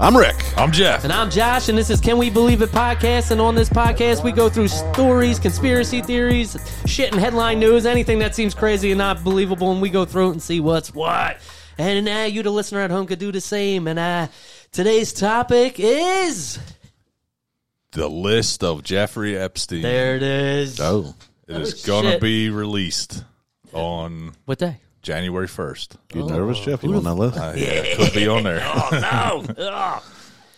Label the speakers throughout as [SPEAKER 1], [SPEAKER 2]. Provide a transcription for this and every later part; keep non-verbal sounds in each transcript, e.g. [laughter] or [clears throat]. [SPEAKER 1] I'm Rick.
[SPEAKER 2] I'm Jeff.
[SPEAKER 3] And I'm Josh, and this is Can We Believe It podcast. And on this podcast, we go through stories, conspiracy theories, shit, and headline news, anything that seems crazy and not believable. And we go through it and see what's what. And uh, you, the listener at home, could do the same. And uh, today's topic is
[SPEAKER 2] The list of Jeffrey Epstein.
[SPEAKER 3] there it is.
[SPEAKER 1] Oh,
[SPEAKER 2] It is
[SPEAKER 3] Oh,
[SPEAKER 2] gonna
[SPEAKER 3] shit.
[SPEAKER 2] be released on
[SPEAKER 3] What day?
[SPEAKER 2] January first.
[SPEAKER 1] you
[SPEAKER 3] Oh.
[SPEAKER 1] nervous, Jeff? You on that list?
[SPEAKER 2] Uh, yeah, it could be on there.
[SPEAKER 3] [laughs] Oh, No. Ugh.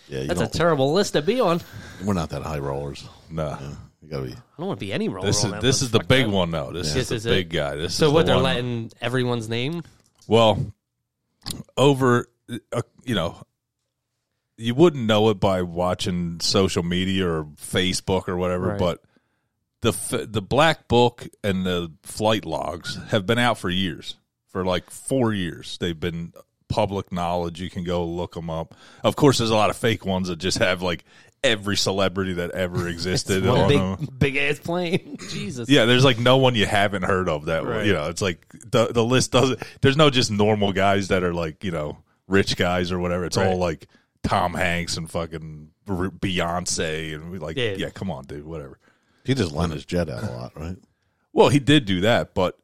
[SPEAKER 1] yeah, you
[SPEAKER 3] That's a
[SPEAKER 1] don't-
[SPEAKER 3] terrible list to be on. I
[SPEAKER 1] we're not that high rollers.
[SPEAKER 2] no,
[SPEAKER 1] You gotta be.
[SPEAKER 3] don't want to be any roller
[SPEAKER 2] this
[SPEAKER 3] on
[SPEAKER 2] is
[SPEAKER 3] that
[SPEAKER 2] this
[SPEAKER 3] one.
[SPEAKER 2] is the big one though. This
[SPEAKER 3] Yes,
[SPEAKER 2] is the
[SPEAKER 3] is it?
[SPEAKER 2] big guy. This
[SPEAKER 3] So
[SPEAKER 2] is
[SPEAKER 3] what?
[SPEAKER 2] the
[SPEAKER 3] They're
[SPEAKER 2] one-
[SPEAKER 3] letting everyone's name.
[SPEAKER 2] Well, over, uh, you know, you wouldn't know it by watching social media or Facebook or whatever,
[SPEAKER 3] Right.
[SPEAKER 2] but the f- the black book and the flight logs have been out for years, for like four years. They've been public knowledge. You can go look them up. Of course, there's a lot of fake ones that just have like every celebrity that
[SPEAKER 3] [laughs]
[SPEAKER 2] ever existed
[SPEAKER 3] One
[SPEAKER 2] on them.
[SPEAKER 3] big, big ass plane. [laughs] Jesus.
[SPEAKER 2] Yeah, there's like no one you haven't heard of that
[SPEAKER 3] Right.
[SPEAKER 2] you know. It's like the the list doesn't. There's no just normal guys that are like you know rich guys or whatever. It's all
[SPEAKER 3] Right.
[SPEAKER 2] like Tom Hanks and fucking Ru- Beyonce and we like yeah.
[SPEAKER 3] Yeah.
[SPEAKER 2] come on, dude, whatever.
[SPEAKER 1] He just lent his jet out a lot, right?
[SPEAKER 2] Well, he did do that, but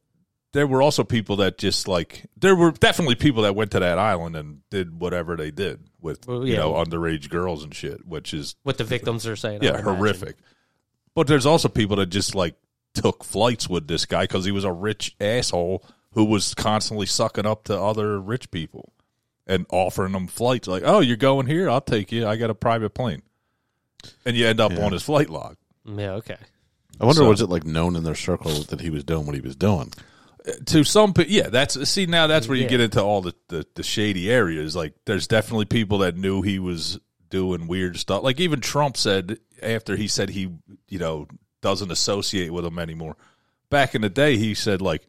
[SPEAKER 2] there were also people that just like there were definitely people that went to that island and did whatever they did with
[SPEAKER 3] Well,
[SPEAKER 2] you
[SPEAKER 3] yeah.
[SPEAKER 2] know underage girls and shit, which is
[SPEAKER 3] What the victims are saying. I
[SPEAKER 2] yeah
[SPEAKER 3] would imagine.
[SPEAKER 2] horrific but there's also people that just like took flights with this guy because he was a rich asshole who was constantly sucking up to other rich people and offering them flights like oh you're going here i'll take you i got a private plane and you end up on his flight log
[SPEAKER 3] Yeah. Okay.
[SPEAKER 1] I wonder
[SPEAKER 2] So-
[SPEAKER 1] was it like known in their circle that he was doing what he was doing?
[SPEAKER 2] to some people yeah that's see now that's where you
[SPEAKER 3] Yeah.
[SPEAKER 2] get into all the, the the shady areas like there's definitely people that knew he was doing weird stuff like even trump said after he said he you know doesn't associate with him anymore back in the day he said like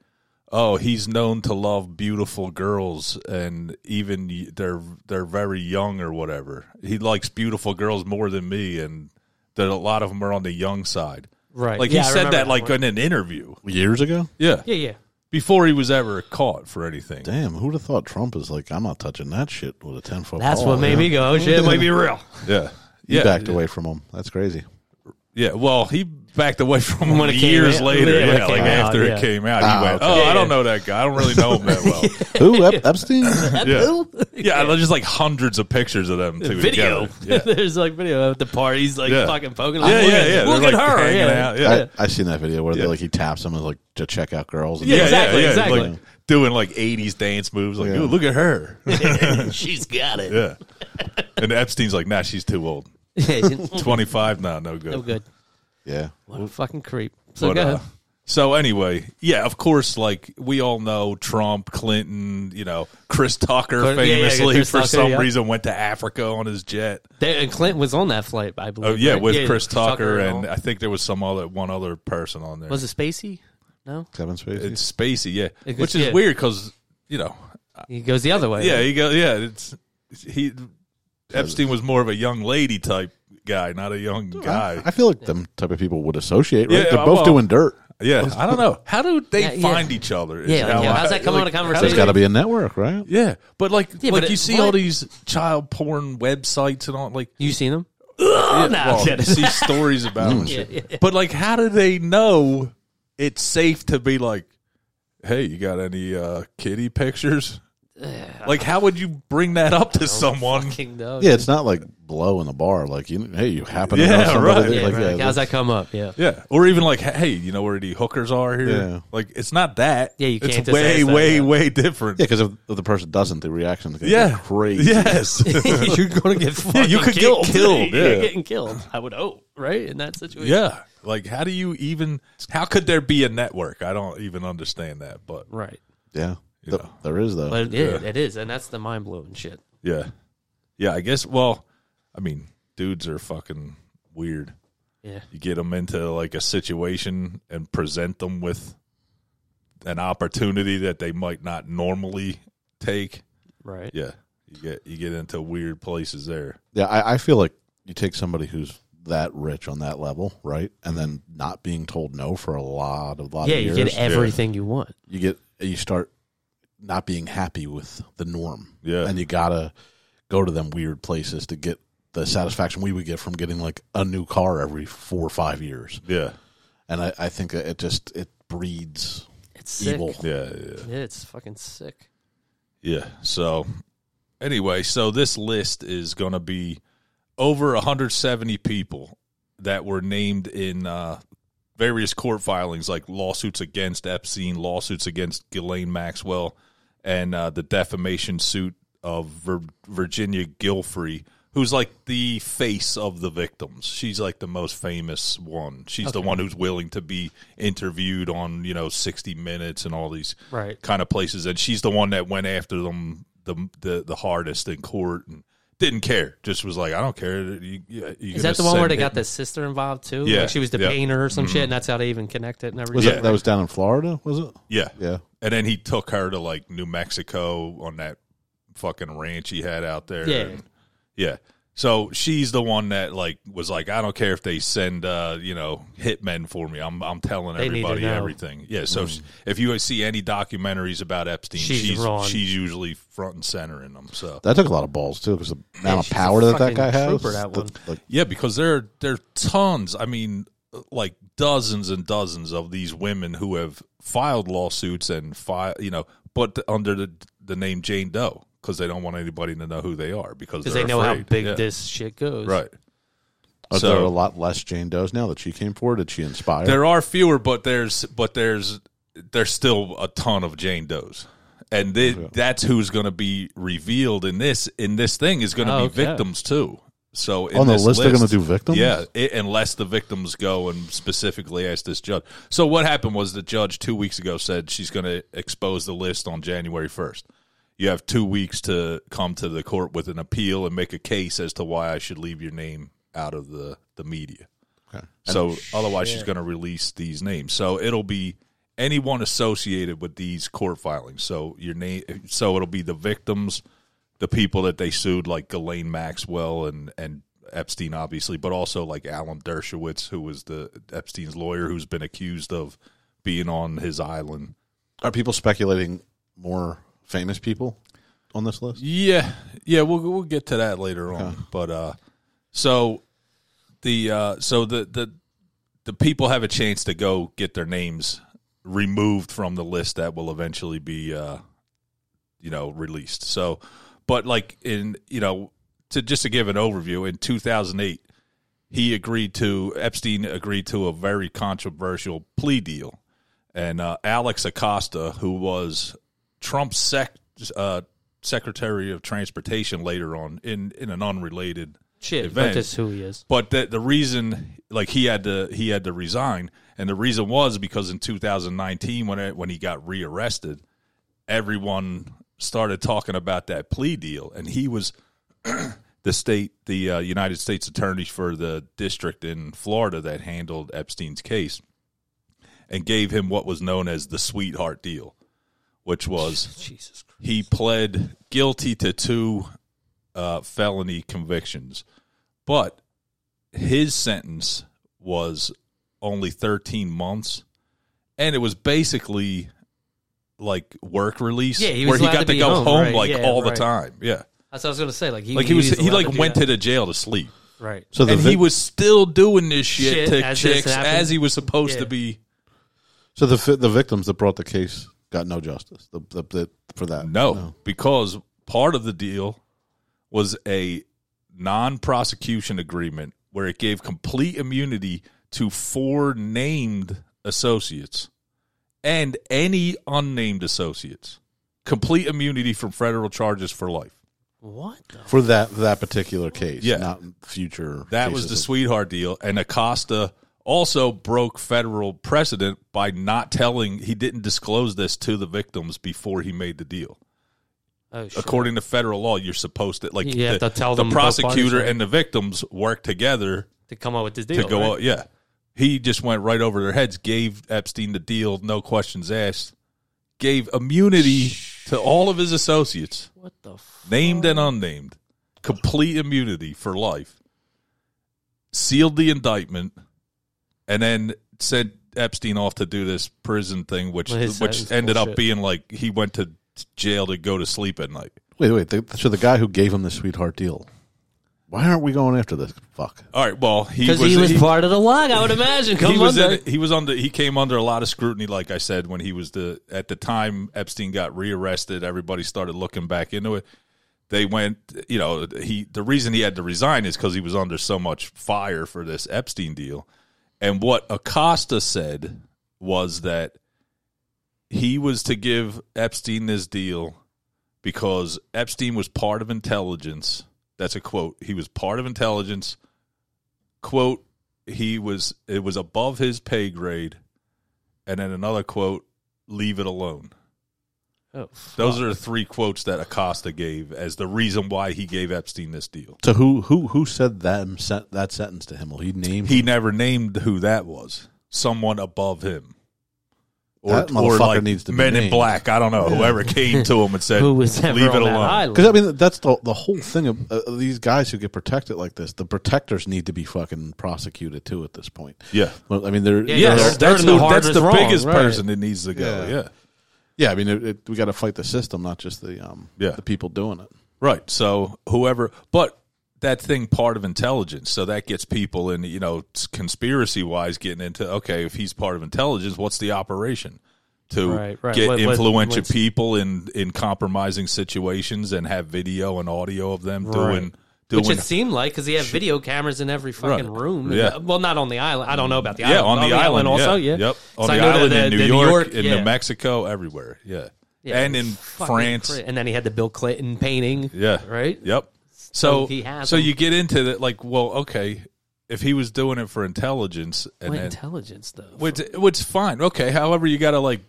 [SPEAKER 2] oh he's known to love beautiful girls and even y- they're they're very young or whatever he likes beautiful girls more than me and that a lot of them are on the young side
[SPEAKER 3] Right.
[SPEAKER 2] like
[SPEAKER 3] Yeah, I
[SPEAKER 2] he said
[SPEAKER 3] remember
[SPEAKER 2] that like
[SPEAKER 3] one.
[SPEAKER 2] in an interview
[SPEAKER 1] Years ago?
[SPEAKER 2] yeah
[SPEAKER 3] Yeah. Yeah.
[SPEAKER 2] before he was ever caught for anything.
[SPEAKER 1] Damn, who'd have thought Trump is like, I'm not touching that shit with a 10 foot
[SPEAKER 3] That's
[SPEAKER 1] pole,
[SPEAKER 3] what made
[SPEAKER 1] you know?
[SPEAKER 3] me go. Oh, shit, it might be real.
[SPEAKER 2] Yeah.
[SPEAKER 1] He
[SPEAKER 2] Yeah.
[SPEAKER 1] backed away from him. That's crazy.
[SPEAKER 2] Yeah. Well, he backed away [laughs] from him
[SPEAKER 3] When it came
[SPEAKER 2] years
[SPEAKER 3] out-
[SPEAKER 2] later.
[SPEAKER 3] yeah, when
[SPEAKER 2] Yeah. Like
[SPEAKER 3] it came out,
[SPEAKER 2] after
[SPEAKER 3] yeah.
[SPEAKER 2] it came out,
[SPEAKER 1] Ah,
[SPEAKER 2] he went,
[SPEAKER 1] okay.
[SPEAKER 2] Oh,
[SPEAKER 3] Yeah,
[SPEAKER 2] I don't
[SPEAKER 3] yeah.
[SPEAKER 2] know that guy. I don't really know him that
[SPEAKER 1] [laughs]
[SPEAKER 2] well.
[SPEAKER 3] [laughs]
[SPEAKER 1] Who? Ep- Epstein?
[SPEAKER 2] yeah. Yeah. There's like hundreds of pictures of them too.
[SPEAKER 3] [laughs] Video.
[SPEAKER 2] together. Yeah.
[SPEAKER 3] There's like video of the parties, like
[SPEAKER 2] Yeah.
[SPEAKER 3] fucking poking.
[SPEAKER 2] Yeah,
[SPEAKER 3] Like,
[SPEAKER 2] yeah,
[SPEAKER 3] look at-
[SPEAKER 2] yeah.
[SPEAKER 3] Look
[SPEAKER 2] They're,
[SPEAKER 3] at
[SPEAKER 2] like,
[SPEAKER 3] her.
[SPEAKER 2] hanging
[SPEAKER 3] Yeah. [laughs]
[SPEAKER 2] out. Yeah.
[SPEAKER 1] I, I've seen that video where they
[SPEAKER 2] Yeah.
[SPEAKER 1] like he taps him and like to check out girls. And
[SPEAKER 2] Yeah,
[SPEAKER 3] exactly,
[SPEAKER 2] yeah, yeah.
[SPEAKER 3] exactly.
[SPEAKER 2] Like, doing like 80s dance moves. Like,
[SPEAKER 1] Yeah.
[SPEAKER 2] "Ooh, look at
[SPEAKER 3] [laughs]
[SPEAKER 2] her.
[SPEAKER 3] She's got it. [laughs]
[SPEAKER 2] yeah. And Epstein's like, nah, she's too old. 25 now, no good.
[SPEAKER 3] no good.
[SPEAKER 1] yeah.
[SPEAKER 3] What a fucking creep. So
[SPEAKER 2] But,
[SPEAKER 3] go
[SPEAKER 2] uh,
[SPEAKER 3] ahead.
[SPEAKER 2] so anyway, yeah, of course, like we all know Trump, Clinton, you know, Chris Tucker
[SPEAKER 3] Cl- yeah, yeah,
[SPEAKER 2] famously
[SPEAKER 3] Chris
[SPEAKER 2] for
[SPEAKER 3] Tucker,
[SPEAKER 2] some
[SPEAKER 3] yeah.
[SPEAKER 2] reason went to Africa on his jet.
[SPEAKER 3] There, and Clint was on that flight, I believe.
[SPEAKER 2] Oh yeah,
[SPEAKER 3] right?
[SPEAKER 2] with Chris Tucker,
[SPEAKER 3] all.
[SPEAKER 2] and I think there was some other one other person on there.
[SPEAKER 3] was it Spacey? No,
[SPEAKER 1] Kevin Spacey.
[SPEAKER 2] It's Spacey, yeah, which
[SPEAKER 3] It was-
[SPEAKER 2] is
[SPEAKER 3] yeah.
[SPEAKER 2] weird because you know,
[SPEAKER 3] he goes the other way.
[SPEAKER 2] yeah, he go, yeah, it's he. Epstein was more of a young lady type guy, not a young guy.
[SPEAKER 1] I feel like them type of people would associate, right?
[SPEAKER 2] Yeah,
[SPEAKER 1] They're both
[SPEAKER 2] well-
[SPEAKER 1] doing dirt.
[SPEAKER 2] Yeah, I don't know. How do they
[SPEAKER 3] Yeah, yeah.
[SPEAKER 2] find each other? is
[SPEAKER 3] Yeah, like,
[SPEAKER 2] how
[SPEAKER 3] yeah,
[SPEAKER 2] I-
[SPEAKER 3] how's that come
[SPEAKER 2] like,
[SPEAKER 3] out of
[SPEAKER 2] how do
[SPEAKER 1] There's
[SPEAKER 3] conversation?
[SPEAKER 1] got to be a network, right?
[SPEAKER 2] Yeah, but like
[SPEAKER 3] Yeah,
[SPEAKER 2] like
[SPEAKER 3] but
[SPEAKER 2] you
[SPEAKER 3] it-
[SPEAKER 2] see
[SPEAKER 3] what?
[SPEAKER 2] all these child porn websites and all like
[SPEAKER 3] you seen him?
[SPEAKER 2] yeah,
[SPEAKER 3] [laughs] nah,
[SPEAKER 2] well,
[SPEAKER 3] I'm
[SPEAKER 2] you
[SPEAKER 3] kidding. Mm.
[SPEAKER 2] see stories about them and shit. But like, how do they know it's safe to be like, hey, you got any uh, kitty pictures? Like, how would you bring that up
[SPEAKER 3] Oh,
[SPEAKER 2] to someone?
[SPEAKER 3] King Dog.
[SPEAKER 1] Yeah, it's not like blow in the bar. Like, you, hey, you happen to
[SPEAKER 2] Yeah,
[SPEAKER 1] know somebody.
[SPEAKER 2] right.
[SPEAKER 1] Like,
[SPEAKER 3] right.
[SPEAKER 1] yeah,
[SPEAKER 3] how's that come up?
[SPEAKER 2] [laughs]
[SPEAKER 3] Yeah.
[SPEAKER 2] Yeah, or even like, hey, you know where the hookers are here?
[SPEAKER 1] Yeah.
[SPEAKER 2] Like, it's not that.
[SPEAKER 3] Yeah, you can't
[SPEAKER 2] It's
[SPEAKER 3] just
[SPEAKER 2] way,
[SPEAKER 3] ask that,
[SPEAKER 2] way,
[SPEAKER 3] yeah.
[SPEAKER 2] way
[SPEAKER 1] [laughs]
[SPEAKER 2] different.
[SPEAKER 1] Yeah, because if, if the person doesn't, the reaction is going to
[SPEAKER 2] Yeah,
[SPEAKER 1] be crazy.
[SPEAKER 2] Yes. [laughs]
[SPEAKER 3] [laughs] You're gonna get fucking
[SPEAKER 2] you could get
[SPEAKER 3] killed.
[SPEAKER 2] killed,
[SPEAKER 3] [laughs] You're
[SPEAKER 2] yeah.
[SPEAKER 3] getting killed. I would hope, right? In that situation.
[SPEAKER 2] yeah. Like, how do you even? How could there be a network? I don't even understand that. But
[SPEAKER 3] Right.
[SPEAKER 1] Yeah. Th-
[SPEAKER 2] know.
[SPEAKER 1] there is, though.
[SPEAKER 3] But it, it is, and that's the mind blowing shit.
[SPEAKER 2] Yeah. Yeah, I guess well, I mean, dudes are fucking weird.
[SPEAKER 3] Yeah.
[SPEAKER 2] You get them into like a situation and present them with an opportunity that they might not normally take.
[SPEAKER 3] Right.
[SPEAKER 2] Yeah. You get you get into weird places there.
[SPEAKER 1] yeah, I, I feel like you take somebody who's that rich on that level, right? And then not being told no for a lot, a lot
[SPEAKER 3] Yeah,
[SPEAKER 1] of
[SPEAKER 3] you
[SPEAKER 1] years.
[SPEAKER 3] get everything you want.
[SPEAKER 1] you get you start not being happy with the norm.
[SPEAKER 2] Yeah.
[SPEAKER 1] And you gotta go to them weird places to get the satisfaction we would get from getting like a new car every four or five years.
[SPEAKER 2] Yeah.
[SPEAKER 1] And I, I think it just it breeds
[SPEAKER 3] It's sick.
[SPEAKER 1] evil.
[SPEAKER 2] Yeah. Yeah.
[SPEAKER 3] Yeah, it's fucking sick.
[SPEAKER 2] Yeah. So anyway, so this list is going to be over 170 people that were named in uh, various court filings, like lawsuits against Epstein, lawsuits against Ghislaine Maxwell, and uh, the defamation suit of Vir- Virginia Gilfrey, who's like the face of the victims. She's like the most famous one. She's the one who's willing to be interviewed on, you know, 60 Minutes and all these
[SPEAKER 3] Right.
[SPEAKER 2] kind of places, and she's the one that went after them the the, the hardest in court and didn't care. Just was like, I don't care. You, you, you
[SPEAKER 3] Is that the one where they got the sister involved too?
[SPEAKER 2] Yeah,
[SPEAKER 3] Like she was the
[SPEAKER 2] yeah. Mm-hmm.
[SPEAKER 3] painter or some shit, and that's how they even connect it and
[SPEAKER 1] Was
[SPEAKER 3] everything.
[SPEAKER 2] Yeah.
[SPEAKER 1] that that was down in Florida? Was it?
[SPEAKER 2] Yeah,
[SPEAKER 1] Yeah.
[SPEAKER 2] And then he took her to like New Mexico on that fucking ranch he had out there.
[SPEAKER 3] Yeah.
[SPEAKER 2] And- yeah. So she's the one that like was like, I don't care if they send uh, you know hitmen for me. I'm I'm telling
[SPEAKER 3] They need to
[SPEAKER 2] everybody
[SPEAKER 3] know. Mm.
[SPEAKER 2] everything. Yeah. So sh- if you see any documentaries about Epstein,
[SPEAKER 3] She's
[SPEAKER 2] she's she's,
[SPEAKER 3] wrong.
[SPEAKER 2] usually front and center in them. So
[SPEAKER 1] That took a lot of balls too, because the amount of
[SPEAKER 3] she's a
[SPEAKER 1] power that that
[SPEAKER 3] fucking
[SPEAKER 1] guy has.
[SPEAKER 3] trooper, that
[SPEAKER 1] the-
[SPEAKER 3] one.
[SPEAKER 1] like,
[SPEAKER 2] Yeah, because there there are tons. I mean, like dozens and dozens of these women who have filed lawsuits and file, you know, but under the the name Jane Doe because they don't want anybody to know who they are because
[SPEAKER 3] Because
[SPEAKER 2] they're
[SPEAKER 3] they know how
[SPEAKER 2] afraid.
[SPEAKER 3] big
[SPEAKER 2] Yeah.
[SPEAKER 3] this shit goes.
[SPEAKER 2] right.
[SPEAKER 1] are
[SPEAKER 2] So-
[SPEAKER 1] there a lot less Jane Does now that she came forward? Did she inspire?
[SPEAKER 2] There are fewer, but there's but there's there's still a ton of Jane Does. And they, that's who's going to be revealed in this. In this thing is going to
[SPEAKER 3] Oh,
[SPEAKER 2] be
[SPEAKER 3] okay.
[SPEAKER 2] victims too. So in
[SPEAKER 1] On the
[SPEAKER 2] this
[SPEAKER 1] list, they're going to do victims.
[SPEAKER 2] Yeah, i unless the victims go and specifically ask this judge. So what happened was the judge two weeks ago said she's going to expose the list on January first. You have two weeks to come to the court with an appeal and make a case as to why I should leave your name out of the the media.
[SPEAKER 1] Okay.
[SPEAKER 2] So otherwise, she's going to release these names. So it'll be anyone associated with these court filings. So your name. So it'll be the victims, the people that they sued, like Ghislaine Maxwell and and Epstein, obviously, but also like Alan Dershowitz, who was the Epstein's lawyer, who's been accused of being on his island.
[SPEAKER 1] Are people speculating more famous people on this list?
[SPEAKER 2] Yeah, yeah, we'll we'll get to that later on. But uh, so the uh, so the the the people have a chance to go get their names removed from the list that will eventually be uh, you know released. So, but like in you know to just to give an overview in 2008 he agreed to Epstein agreed to a very controversial plea deal, and uh, Alex Acosta, who was Trump's sec, uh, Secretary of Transportation later on in in an unrelated
[SPEAKER 3] Shit,
[SPEAKER 2] event,
[SPEAKER 3] but that's who he is.
[SPEAKER 2] but the the reason like he had to he had to resign, and the reason was because in 2019 when it, when he got rearrested, everyone started talking about that plea deal, and he was [clears throat] the state the uh, United States attorney for the district in Florida that handled Epstein's case, and gave him what was known as the sweetheart deal, which was
[SPEAKER 3] Jesus Christ.
[SPEAKER 2] he pled guilty to two uh, felony convictions, but his sentence was only 13 months, and it was basically like work release,
[SPEAKER 3] Yeah, he was
[SPEAKER 2] where he
[SPEAKER 3] allowed
[SPEAKER 2] got
[SPEAKER 3] to
[SPEAKER 2] to,
[SPEAKER 3] be
[SPEAKER 2] go
[SPEAKER 3] home,
[SPEAKER 2] home,
[SPEAKER 3] right,
[SPEAKER 2] like
[SPEAKER 3] yeah,
[SPEAKER 2] all
[SPEAKER 3] right.
[SPEAKER 2] the time. Yeah,
[SPEAKER 3] That's what I was gonna say. Like he,
[SPEAKER 2] like he was, he
[SPEAKER 3] allowed
[SPEAKER 2] like
[SPEAKER 3] to do
[SPEAKER 2] went
[SPEAKER 3] that.
[SPEAKER 2] to the jail to sleep,
[SPEAKER 3] right.
[SPEAKER 1] So the
[SPEAKER 2] and
[SPEAKER 1] vic-
[SPEAKER 2] he was still doing this
[SPEAKER 3] Shit,
[SPEAKER 2] shit, to
[SPEAKER 3] as this
[SPEAKER 2] chicks
[SPEAKER 3] happened.
[SPEAKER 2] as he was supposed
[SPEAKER 3] Yeah.
[SPEAKER 2] to be.
[SPEAKER 1] so the fi- the victims that brought the case got no justice. The, the, the, for that,
[SPEAKER 2] No, because part of the deal was a non prosecution agreement where it gave complete immunity to four named associates and any unnamed associates. Complete immunity from federal charges for life.
[SPEAKER 3] What? The?
[SPEAKER 1] for that that particular case.
[SPEAKER 2] Yeah.
[SPEAKER 1] not future.
[SPEAKER 2] That was the
[SPEAKER 1] cases
[SPEAKER 2] sweetheart deal. And Acosta also broke federal precedent by not telling, he didn't disclose this to the victims before he made the deal.
[SPEAKER 3] Oh shit.
[SPEAKER 2] according to federal law, you're supposed to like
[SPEAKER 3] You have
[SPEAKER 2] the,
[SPEAKER 3] to tell
[SPEAKER 2] the
[SPEAKER 3] them both parties,
[SPEAKER 2] prosecutor
[SPEAKER 3] right?
[SPEAKER 2] and the victims work together
[SPEAKER 3] To come up with this deal.
[SPEAKER 2] to go.
[SPEAKER 3] right?
[SPEAKER 2] out. Yeah, he just went right over their heads, gave Epstein the deal, no questions asked, gave immunity to all of his associates,
[SPEAKER 3] What the? F-
[SPEAKER 2] named and unnamed, complete immunity for life, sealed the indictment, and then sent Epstein off to do this prison thing, which
[SPEAKER 3] Well, his
[SPEAKER 2] which
[SPEAKER 3] sentence
[SPEAKER 2] ended up
[SPEAKER 3] bullshit.
[SPEAKER 2] being like he went to jail to go to sleep at night.
[SPEAKER 1] Wait, wait. The, so the guy who gave him the sweetheart deal. Why aren't we going after this? Fuck.
[SPEAKER 2] All right. Well, he was
[SPEAKER 3] Because he was part of the log, I would imagine. Come
[SPEAKER 2] he was
[SPEAKER 3] under.
[SPEAKER 2] in, he was under he came under a lot of scrutiny like i said when he was the at the time epstein got rearrested everybody started looking back into it they went you know he the reason he had to resign is because he was under so much fire for this epstein deal and what acosta said was that he was to give epstein this deal because epstein was part of intelligence that's a quote he was part of intelligence quote he was it was above his pay grade and then another quote leave it alone
[SPEAKER 3] Oh,
[SPEAKER 2] those are the three quotes that acosta gave as the reason why he gave epstein this deal
[SPEAKER 1] So who who who said that sent- that sentence to him? Well, he named
[SPEAKER 2] he never named who that was someone above him or,
[SPEAKER 1] That motherfucker needs to be
[SPEAKER 2] men in
[SPEAKER 1] named.
[SPEAKER 2] black i don't know whoever came to him and said
[SPEAKER 3] [laughs] who was ever
[SPEAKER 2] leave it
[SPEAKER 3] on that
[SPEAKER 2] alone
[SPEAKER 1] because I
[SPEAKER 3] island.
[SPEAKER 1] mean that's the the whole thing of uh, these guys who get protected like this. The protectors need to be fucking prosecuted too at this point.
[SPEAKER 2] yeah
[SPEAKER 1] Well, I mean, they're
[SPEAKER 3] Yeah,
[SPEAKER 2] Yes,
[SPEAKER 3] they're-
[SPEAKER 2] that's,
[SPEAKER 3] they're in the
[SPEAKER 2] who, that's
[SPEAKER 3] hardest
[SPEAKER 2] the
[SPEAKER 3] wrong,
[SPEAKER 2] biggest
[SPEAKER 3] right.
[SPEAKER 2] person that needs to go.
[SPEAKER 1] Yeah.
[SPEAKER 2] yeah.
[SPEAKER 1] Yeah, I mean, it, it, we got to fight the system, not just the um,
[SPEAKER 2] Yeah.
[SPEAKER 1] the people doing it.
[SPEAKER 2] Right. So whoever, but that thing part of intelligence. So that gets people in, you know, conspiracy wise getting into okay, if he's part of intelligence, what's the operation to
[SPEAKER 3] Right, right.
[SPEAKER 2] get
[SPEAKER 3] What- what-
[SPEAKER 2] influential
[SPEAKER 3] what's-
[SPEAKER 2] people in in compromising situations and have video and audio of them doing doing
[SPEAKER 3] Which it seemed like because he had video cameras in every fucking
[SPEAKER 2] Right.
[SPEAKER 3] room.
[SPEAKER 2] Yeah.
[SPEAKER 3] Well, not on the island. I don't know about the
[SPEAKER 2] yeah,
[SPEAKER 3] island.
[SPEAKER 2] on the island,
[SPEAKER 3] also.
[SPEAKER 2] yeah.
[SPEAKER 3] Yeah.
[SPEAKER 2] Yep. On
[SPEAKER 3] 'Cause I
[SPEAKER 2] the
[SPEAKER 3] know that
[SPEAKER 2] island in
[SPEAKER 3] the-
[SPEAKER 2] New
[SPEAKER 3] the
[SPEAKER 2] York, in
[SPEAKER 3] yeah.
[SPEAKER 2] New Mexico, everywhere. Yeah.
[SPEAKER 3] Yeah,
[SPEAKER 2] and in
[SPEAKER 3] fucking
[SPEAKER 2] France.
[SPEAKER 3] cra- And then he had the Bill Clinton painting.
[SPEAKER 2] Yeah.
[SPEAKER 3] Right?
[SPEAKER 2] Yep. So
[SPEAKER 3] he has
[SPEAKER 2] so
[SPEAKER 3] them.
[SPEAKER 2] you get into that like, well, okay, if he was doing it for intelligence and
[SPEAKER 3] What
[SPEAKER 2] then
[SPEAKER 3] intelligence, though?
[SPEAKER 2] which which fine. Okay, however you got to like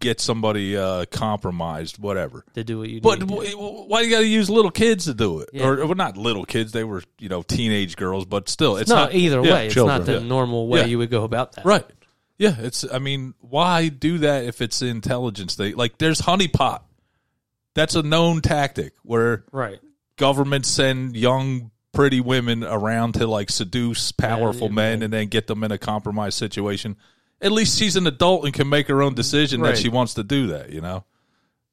[SPEAKER 2] get somebody uh compromised, whatever.
[SPEAKER 3] to do what you
[SPEAKER 2] But
[SPEAKER 3] need.
[SPEAKER 2] w- w- why you got to use little kids to do it?
[SPEAKER 3] Yeah.
[SPEAKER 2] Or, well, not little kids; they were, you know, teenage girls. But still, it's
[SPEAKER 3] no,
[SPEAKER 2] not
[SPEAKER 3] either
[SPEAKER 2] yeah,
[SPEAKER 3] way, it's
[SPEAKER 1] children.
[SPEAKER 3] not the
[SPEAKER 2] Yeah.
[SPEAKER 3] normal way
[SPEAKER 2] Yeah.
[SPEAKER 3] you would go about that.
[SPEAKER 2] Right. Yeah, it's I mean, why do that if it's intelligence? They like there's honeypot. That's a known tactic where
[SPEAKER 3] Right.
[SPEAKER 2] governments send young pretty women around to like seduce powerful
[SPEAKER 3] yeah,
[SPEAKER 2] men and then get them in a compromised situation at least she's an adult and can make her own decision
[SPEAKER 3] Right.
[SPEAKER 2] that she wants to do that you know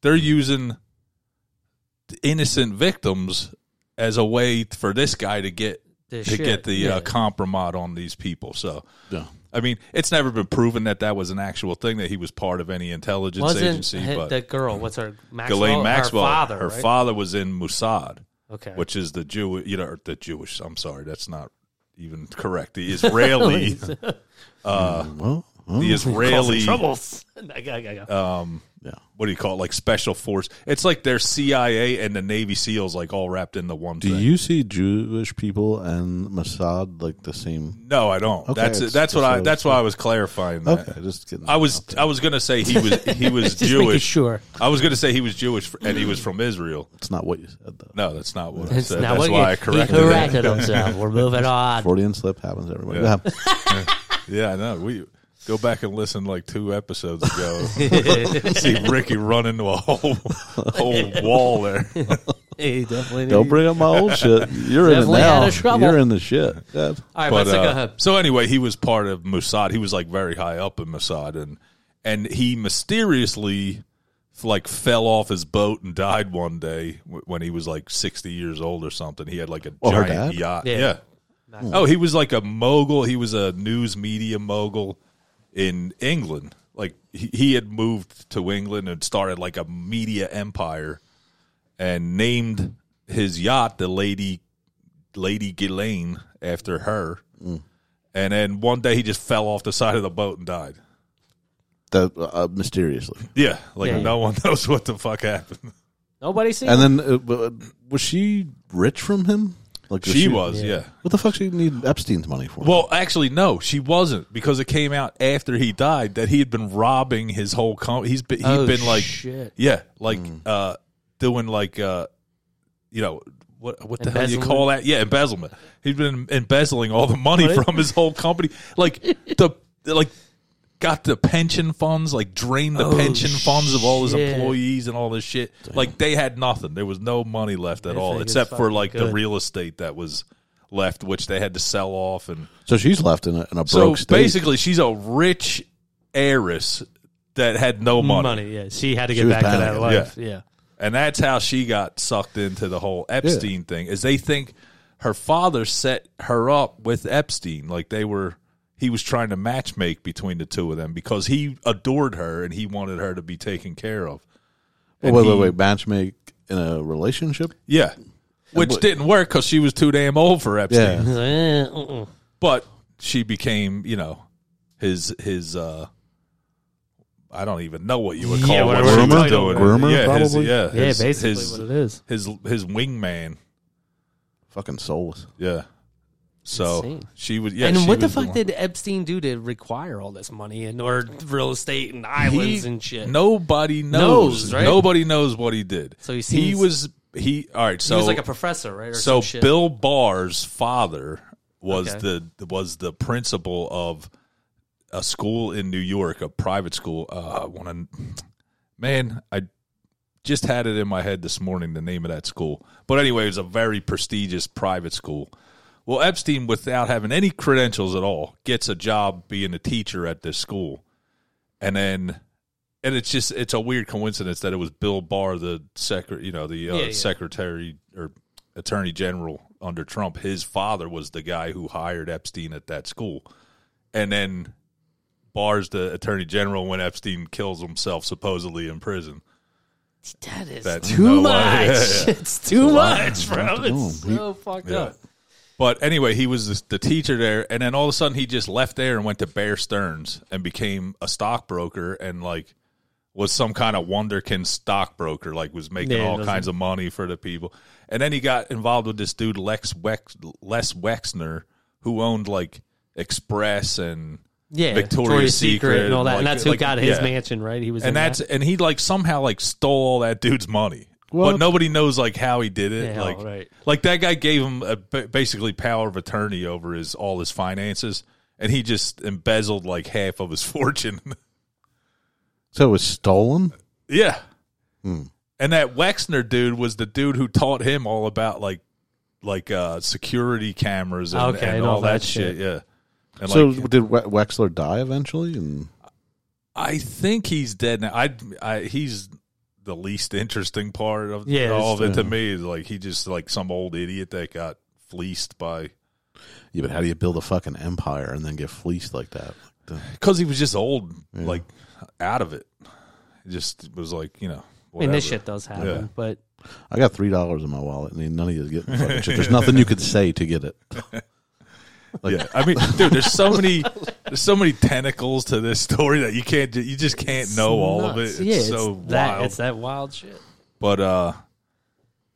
[SPEAKER 2] they're using innocent victims as a way for this guy to get
[SPEAKER 3] The
[SPEAKER 2] to
[SPEAKER 3] shit,
[SPEAKER 2] get the
[SPEAKER 3] yeah.
[SPEAKER 2] uh, compromise on these people so
[SPEAKER 1] Yeah.
[SPEAKER 2] i mean it's never been proven that that was an actual thing that he was part of any intelligence
[SPEAKER 3] Wasn't
[SPEAKER 2] agency
[SPEAKER 3] hi-
[SPEAKER 2] but
[SPEAKER 3] the girl? What's her Maxwell?
[SPEAKER 2] Ghislaine Maxwell
[SPEAKER 3] Her father. right?
[SPEAKER 2] father was in Mossad
[SPEAKER 3] Okay.
[SPEAKER 2] which is the Jew, you know, or the Jewish. I'm sorry, that's not even correct. The
[SPEAKER 3] [laughs]
[SPEAKER 2] Israeli,
[SPEAKER 1] Well, well,
[SPEAKER 2] the
[SPEAKER 3] Causing
[SPEAKER 2] Israeli, Uh,
[SPEAKER 3] troubles. [laughs] I got- I got- I got-
[SPEAKER 1] yeah.
[SPEAKER 2] what do you call it? Like special force. It's like their CIA and the Navy SEALs, like all wrapped into one
[SPEAKER 1] Do
[SPEAKER 2] thing.
[SPEAKER 1] you see Jewish people and Mossad like the same?
[SPEAKER 2] no, I don't. that's
[SPEAKER 1] it's-
[SPEAKER 2] that's what
[SPEAKER 1] it's
[SPEAKER 2] I.
[SPEAKER 1] a-
[SPEAKER 2] That's why I was clarifying that.
[SPEAKER 1] Okay, just kidding.
[SPEAKER 2] I was I was gonna say he
[SPEAKER 3] [laughs]
[SPEAKER 2] was he was
[SPEAKER 3] Just making
[SPEAKER 2] Jewish.
[SPEAKER 3] sure.
[SPEAKER 2] I was gonna say he was Jewish fr- and he was from Israel.
[SPEAKER 1] It's not what you said though.
[SPEAKER 2] No, that's not what I
[SPEAKER 3] It's
[SPEAKER 2] said.
[SPEAKER 3] not
[SPEAKER 2] That's
[SPEAKER 3] what
[SPEAKER 2] why
[SPEAKER 3] you,
[SPEAKER 2] I corrected.
[SPEAKER 3] he
[SPEAKER 2] it.
[SPEAKER 3] corrected
[SPEAKER 2] [laughs]
[SPEAKER 3] himself. We're moving on.
[SPEAKER 1] Freudian slip happens. Everybody.
[SPEAKER 2] Yeah.
[SPEAKER 1] Yeah.
[SPEAKER 2] Yeah, I know. We go back and listen like two episodes
[SPEAKER 3] [laughs]
[SPEAKER 2] ago. See Ricky run into a whole whole wall there.
[SPEAKER 3] He
[SPEAKER 1] [laughs]
[SPEAKER 3] definitely
[SPEAKER 1] Don't
[SPEAKER 3] needs-
[SPEAKER 1] bring up my old shit. You're in it
[SPEAKER 3] Definitely
[SPEAKER 1] now.
[SPEAKER 3] out of trouble.
[SPEAKER 1] You're in the shit. Yeah.
[SPEAKER 3] All right,
[SPEAKER 2] But,
[SPEAKER 3] but, so go
[SPEAKER 2] uh,
[SPEAKER 3] ahead.
[SPEAKER 2] so anyway, he was part of Mossad. He was like very high up in Mossad, and and he mysteriously like fell off his boat and died one day wh- when he was like sixty years old or something. He had like a
[SPEAKER 1] Oh, her
[SPEAKER 2] giant
[SPEAKER 1] dad?
[SPEAKER 2] yacht.
[SPEAKER 3] Yeah.
[SPEAKER 2] yeah. Oh, he was like a mogul. He was a news media mogul in England. Like he, he had moved to England and started like a media empire, and named his yacht the Lady Lady Ghislaine after her. And then one day he just fell off the side of the boat and died.
[SPEAKER 1] That uh, mysteriously.
[SPEAKER 2] Yeah, like
[SPEAKER 3] Yeah, yeah.
[SPEAKER 2] no one [laughs] knows what the fuck happened.
[SPEAKER 3] Nobody seen
[SPEAKER 1] And then uh, uh, was she rich from him? Like
[SPEAKER 2] She was, yeah.
[SPEAKER 1] What the fuck? She need Epstein's money for?
[SPEAKER 2] Well, actually, no, she wasn't because it came out after he died that he had been robbing his whole company. He's been, he'd
[SPEAKER 3] Oh,
[SPEAKER 2] been like,
[SPEAKER 3] shit. Hmm.
[SPEAKER 2] yeah, like uh, doing like, uh, you know, what what the hell do you
[SPEAKER 3] Embezzlement?
[SPEAKER 2] call that? Yeah, embezzlement. He'd been embezzling all the money
[SPEAKER 3] Right.
[SPEAKER 2] from his whole company,
[SPEAKER 3] [laughs]
[SPEAKER 2] like the like got the pension funds, like drained the
[SPEAKER 3] Oh,
[SPEAKER 2] pension funds of all his
[SPEAKER 3] shit.
[SPEAKER 2] employees and all this shit. Like they had nothing. There was no money left at
[SPEAKER 3] That
[SPEAKER 2] all,
[SPEAKER 3] thing is
[SPEAKER 2] except for
[SPEAKER 3] fucking
[SPEAKER 2] like the
[SPEAKER 3] good.
[SPEAKER 2] real estate that was left, which they had to sell off and.
[SPEAKER 1] so she's left in a, in a
[SPEAKER 2] So
[SPEAKER 1] broke state.
[SPEAKER 2] basically, she's a rich heiress that had no money.
[SPEAKER 3] money. Yeah, she had to
[SPEAKER 1] She
[SPEAKER 3] get
[SPEAKER 1] was
[SPEAKER 3] back to that
[SPEAKER 1] panicking,
[SPEAKER 3] life. Yeah.
[SPEAKER 2] and that's how she got sucked into the whole Epstein thing. Is they think her father set her up with Epstein, like they were. He was trying to matchmake between the two of them because he adored her and he wanted her to be taken care of.
[SPEAKER 1] Wait,
[SPEAKER 2] And
[SPEAKER 1] wait,
[SPEAKER 2] he-
[SPEAKER 1] wait, wait. Matchmake in a relationship?
[SPEAKER 2] Yeah, which
[SPEAKER 1] what-
[SPEAKER 2] didn't work because she was too damn old for Epstein.
[SPEAKER 1] Yeah.
[SPEAKER 3] [laughs] Eh, uh-uh.
[SPEAKER 2] But she became, you know, his his. uh I don't even know what you would call
[SPEAKER 3] Yeah,
[SPEAKER 2] what
[SPEAKER 3] what-
[SPEAKER 2] she
[SPEAKER 1] groomer?
[SPEAKER 2] was doing.
[SPEAKER 1] Groomer,
[SPEAKER 2] yeah, his-
[SPEAKER 1] probably?
[SPEAKER 2] yeah,
[SPEAKER 3] Yeah,
[SPEAKER 2] his-
[SPEAKER 3] basically
[SPEAKER 2] his-
[SPEAKER 3] what it is.
[SPEAKER 2] his his wingman.
[SPEAKER 1] Fucking soulless.
[SPEAKER 2] Yeah. So
[SPEAKER 3] Insane.
[SPEAKER 2] she was. Yeah.
[SPEAKER 3] and
[SPEAKER 2] she
[SPEAKER 3] what the
[SPEAKER 2] was
[SPEAKER 3] fuck
[SPEAKER 2] one-
[SPEAKER 3] did Epstein do to require all this money and or real estate and
[SPEAKER 2] He-
[SPEAKER 3] islands and shit?
[SPEAKER 2] Nobody knows.
[SPEAKER 3] Knows, right?
[SPEAKER 2] Nobody knows what he did.
[SPEAKER 3] So he
[SPEAKER 2] he
[SPEAKER 3] seems-
[SPEAKER 2] was he. All right. So
[SPEAKER 3] he was like a professor, right? Or
[SPEAKER 2] so
[SPEAKER 3] some shit.
[SPEAKER 2] Bill Barr's father was
[SPEAKER 3] Okay.
[SPEAKER 2] the was the principal of a school in New York, a private school. Uh, I want to, man, I just had it in my head this morning the name of that school. But anyway, it was a very prestigious private school. Well, Epstein, without having any credentials at all, gets a job being a teacher at this school, and then. And it's just it's a weird coincidence that it was Bill Barr, the secret, you know, the uh,
[SPEAKER 3] Yeah, yeah.
[SPEAKER 2] secretary or attorney general under Trump. His father was the guy who hired Epstein at that school, and then Barr's the attorney general when Epstein kills himself supposedly in prison.
[SPEAKER 3] that is
[SPEAKER 2] That's
[SPEAKER 3] too
[SPEAKER 2] no way.
[SPEAKER 3] much.
[SPEAKER 2] [laughs] Yeah, yeah.
[SPEAKER 3] It's too much, bro.
[SPEAKER 1] Fucking
[SPEAKER 3] It's
[SPEAKER 1] hell. He-
[SPEAKER 3] so fucked
[SPEAKER 2] Yeah.
[SPEAKER 3] up.
[SPEAKER 2] But anyway, he was the, the teacher there, and then all of a sudden he just left there and went to Bear Stearns and became a stockbroker and like was some kind of wonderkin stockbroker, like was making
[SPEAKER 3] Yeah, it
[SPEAKER 2] all
[SPEAKER 3] doesn't-
[SPEAKER 2] kinds of money for the people. And then he got involved with this dude Lex Wex, Les Wexner, who owned like Express and
[SPEAKER 3] Yeah,
[SPEAKER 2] Victoria's Secret
[SPEAKER 3] and all that, and
[SPEAKER 2] like-
[SPEAKER 3] that's who
[SPEAKER 2] like-
[SPEAKER 3] got his
[SPEAKER 2] yeah.
[SPEAKER 3] mansion, right? He was, in
[SPEAKER 2] and that's
[SPEAKER 3] that.
[SPEAKER 2] and he like somehow like stole all that dude's money. but nobody knows like how he did it.
[SPEAKER 3] Yeah,
[SPEAKER 2] like,
[SPEAKER 3] right.
[SPEAKER 2] like that guy gave him a, ba- basically power of attorney over his all his finances, and he just embezzled like half of his [laughs] fortune.
[SPEAKER 1] So it was stolen?
[SPEAKER 2] yeah. And that Wexner dude was the dude who taught him all about like like uh security cameras and,
[SPEAKER 3] Okay,
[SPEAKER 2] and
[SPEAKER 3] and
[SPEAKER 2] all,
[SPEAKER 3] all
[SPEAKER 2] that,
[SPEAKER 3] that
[SPEAKER 2] shit. Yeah. And
[SPEAKER 1] so
[SPEAKER 2] like,
[SPEAKER 1] did We- Wexler die eventually? And
[SPEAKER 2] I think he's dead now. I, I he's the least interesting part of
[SPEAKER 3] Yeah,
[SPEAKER 2] all of it
[SPEAKER 1] it's-
[SPEAKER 2] to me. Is like he just like some old idiot that got fleeced by
[SPEAKER 1] Yeah, but how do you build a fucking empire and then get fleeced like that? Like the-
[SPEAKER 2] because he was just old, like out of it. It just was like you know.
[SPEAKER 3] I mean,
[SPEAKER 2] Whatever.
[SPEAKER 3] this shit does happen,
[SPEAKER 2] Yeah.
[SPEAKER 3] but
[SPEAKER 1] I got three dollars in my wallet, and none of you is getting fucking shit.
[SPEAKER 2] [laughs]
[SPEAKER 1] There's nothing you could say to get it.
[SPEAKER 2] Yeah, I mean, dude, there's so many, there's so many tentacles to this story that you can't, ju- you just can't know all of it. It's
[SPEAKER 3] nuts. yeah,
[SPEAKER 2] so
[SPEAKER 3] it's that,
[SPEAKER 2] wild.
[SPEAKER 3] It's that wild shit.
[SPEAKER 2] but uh,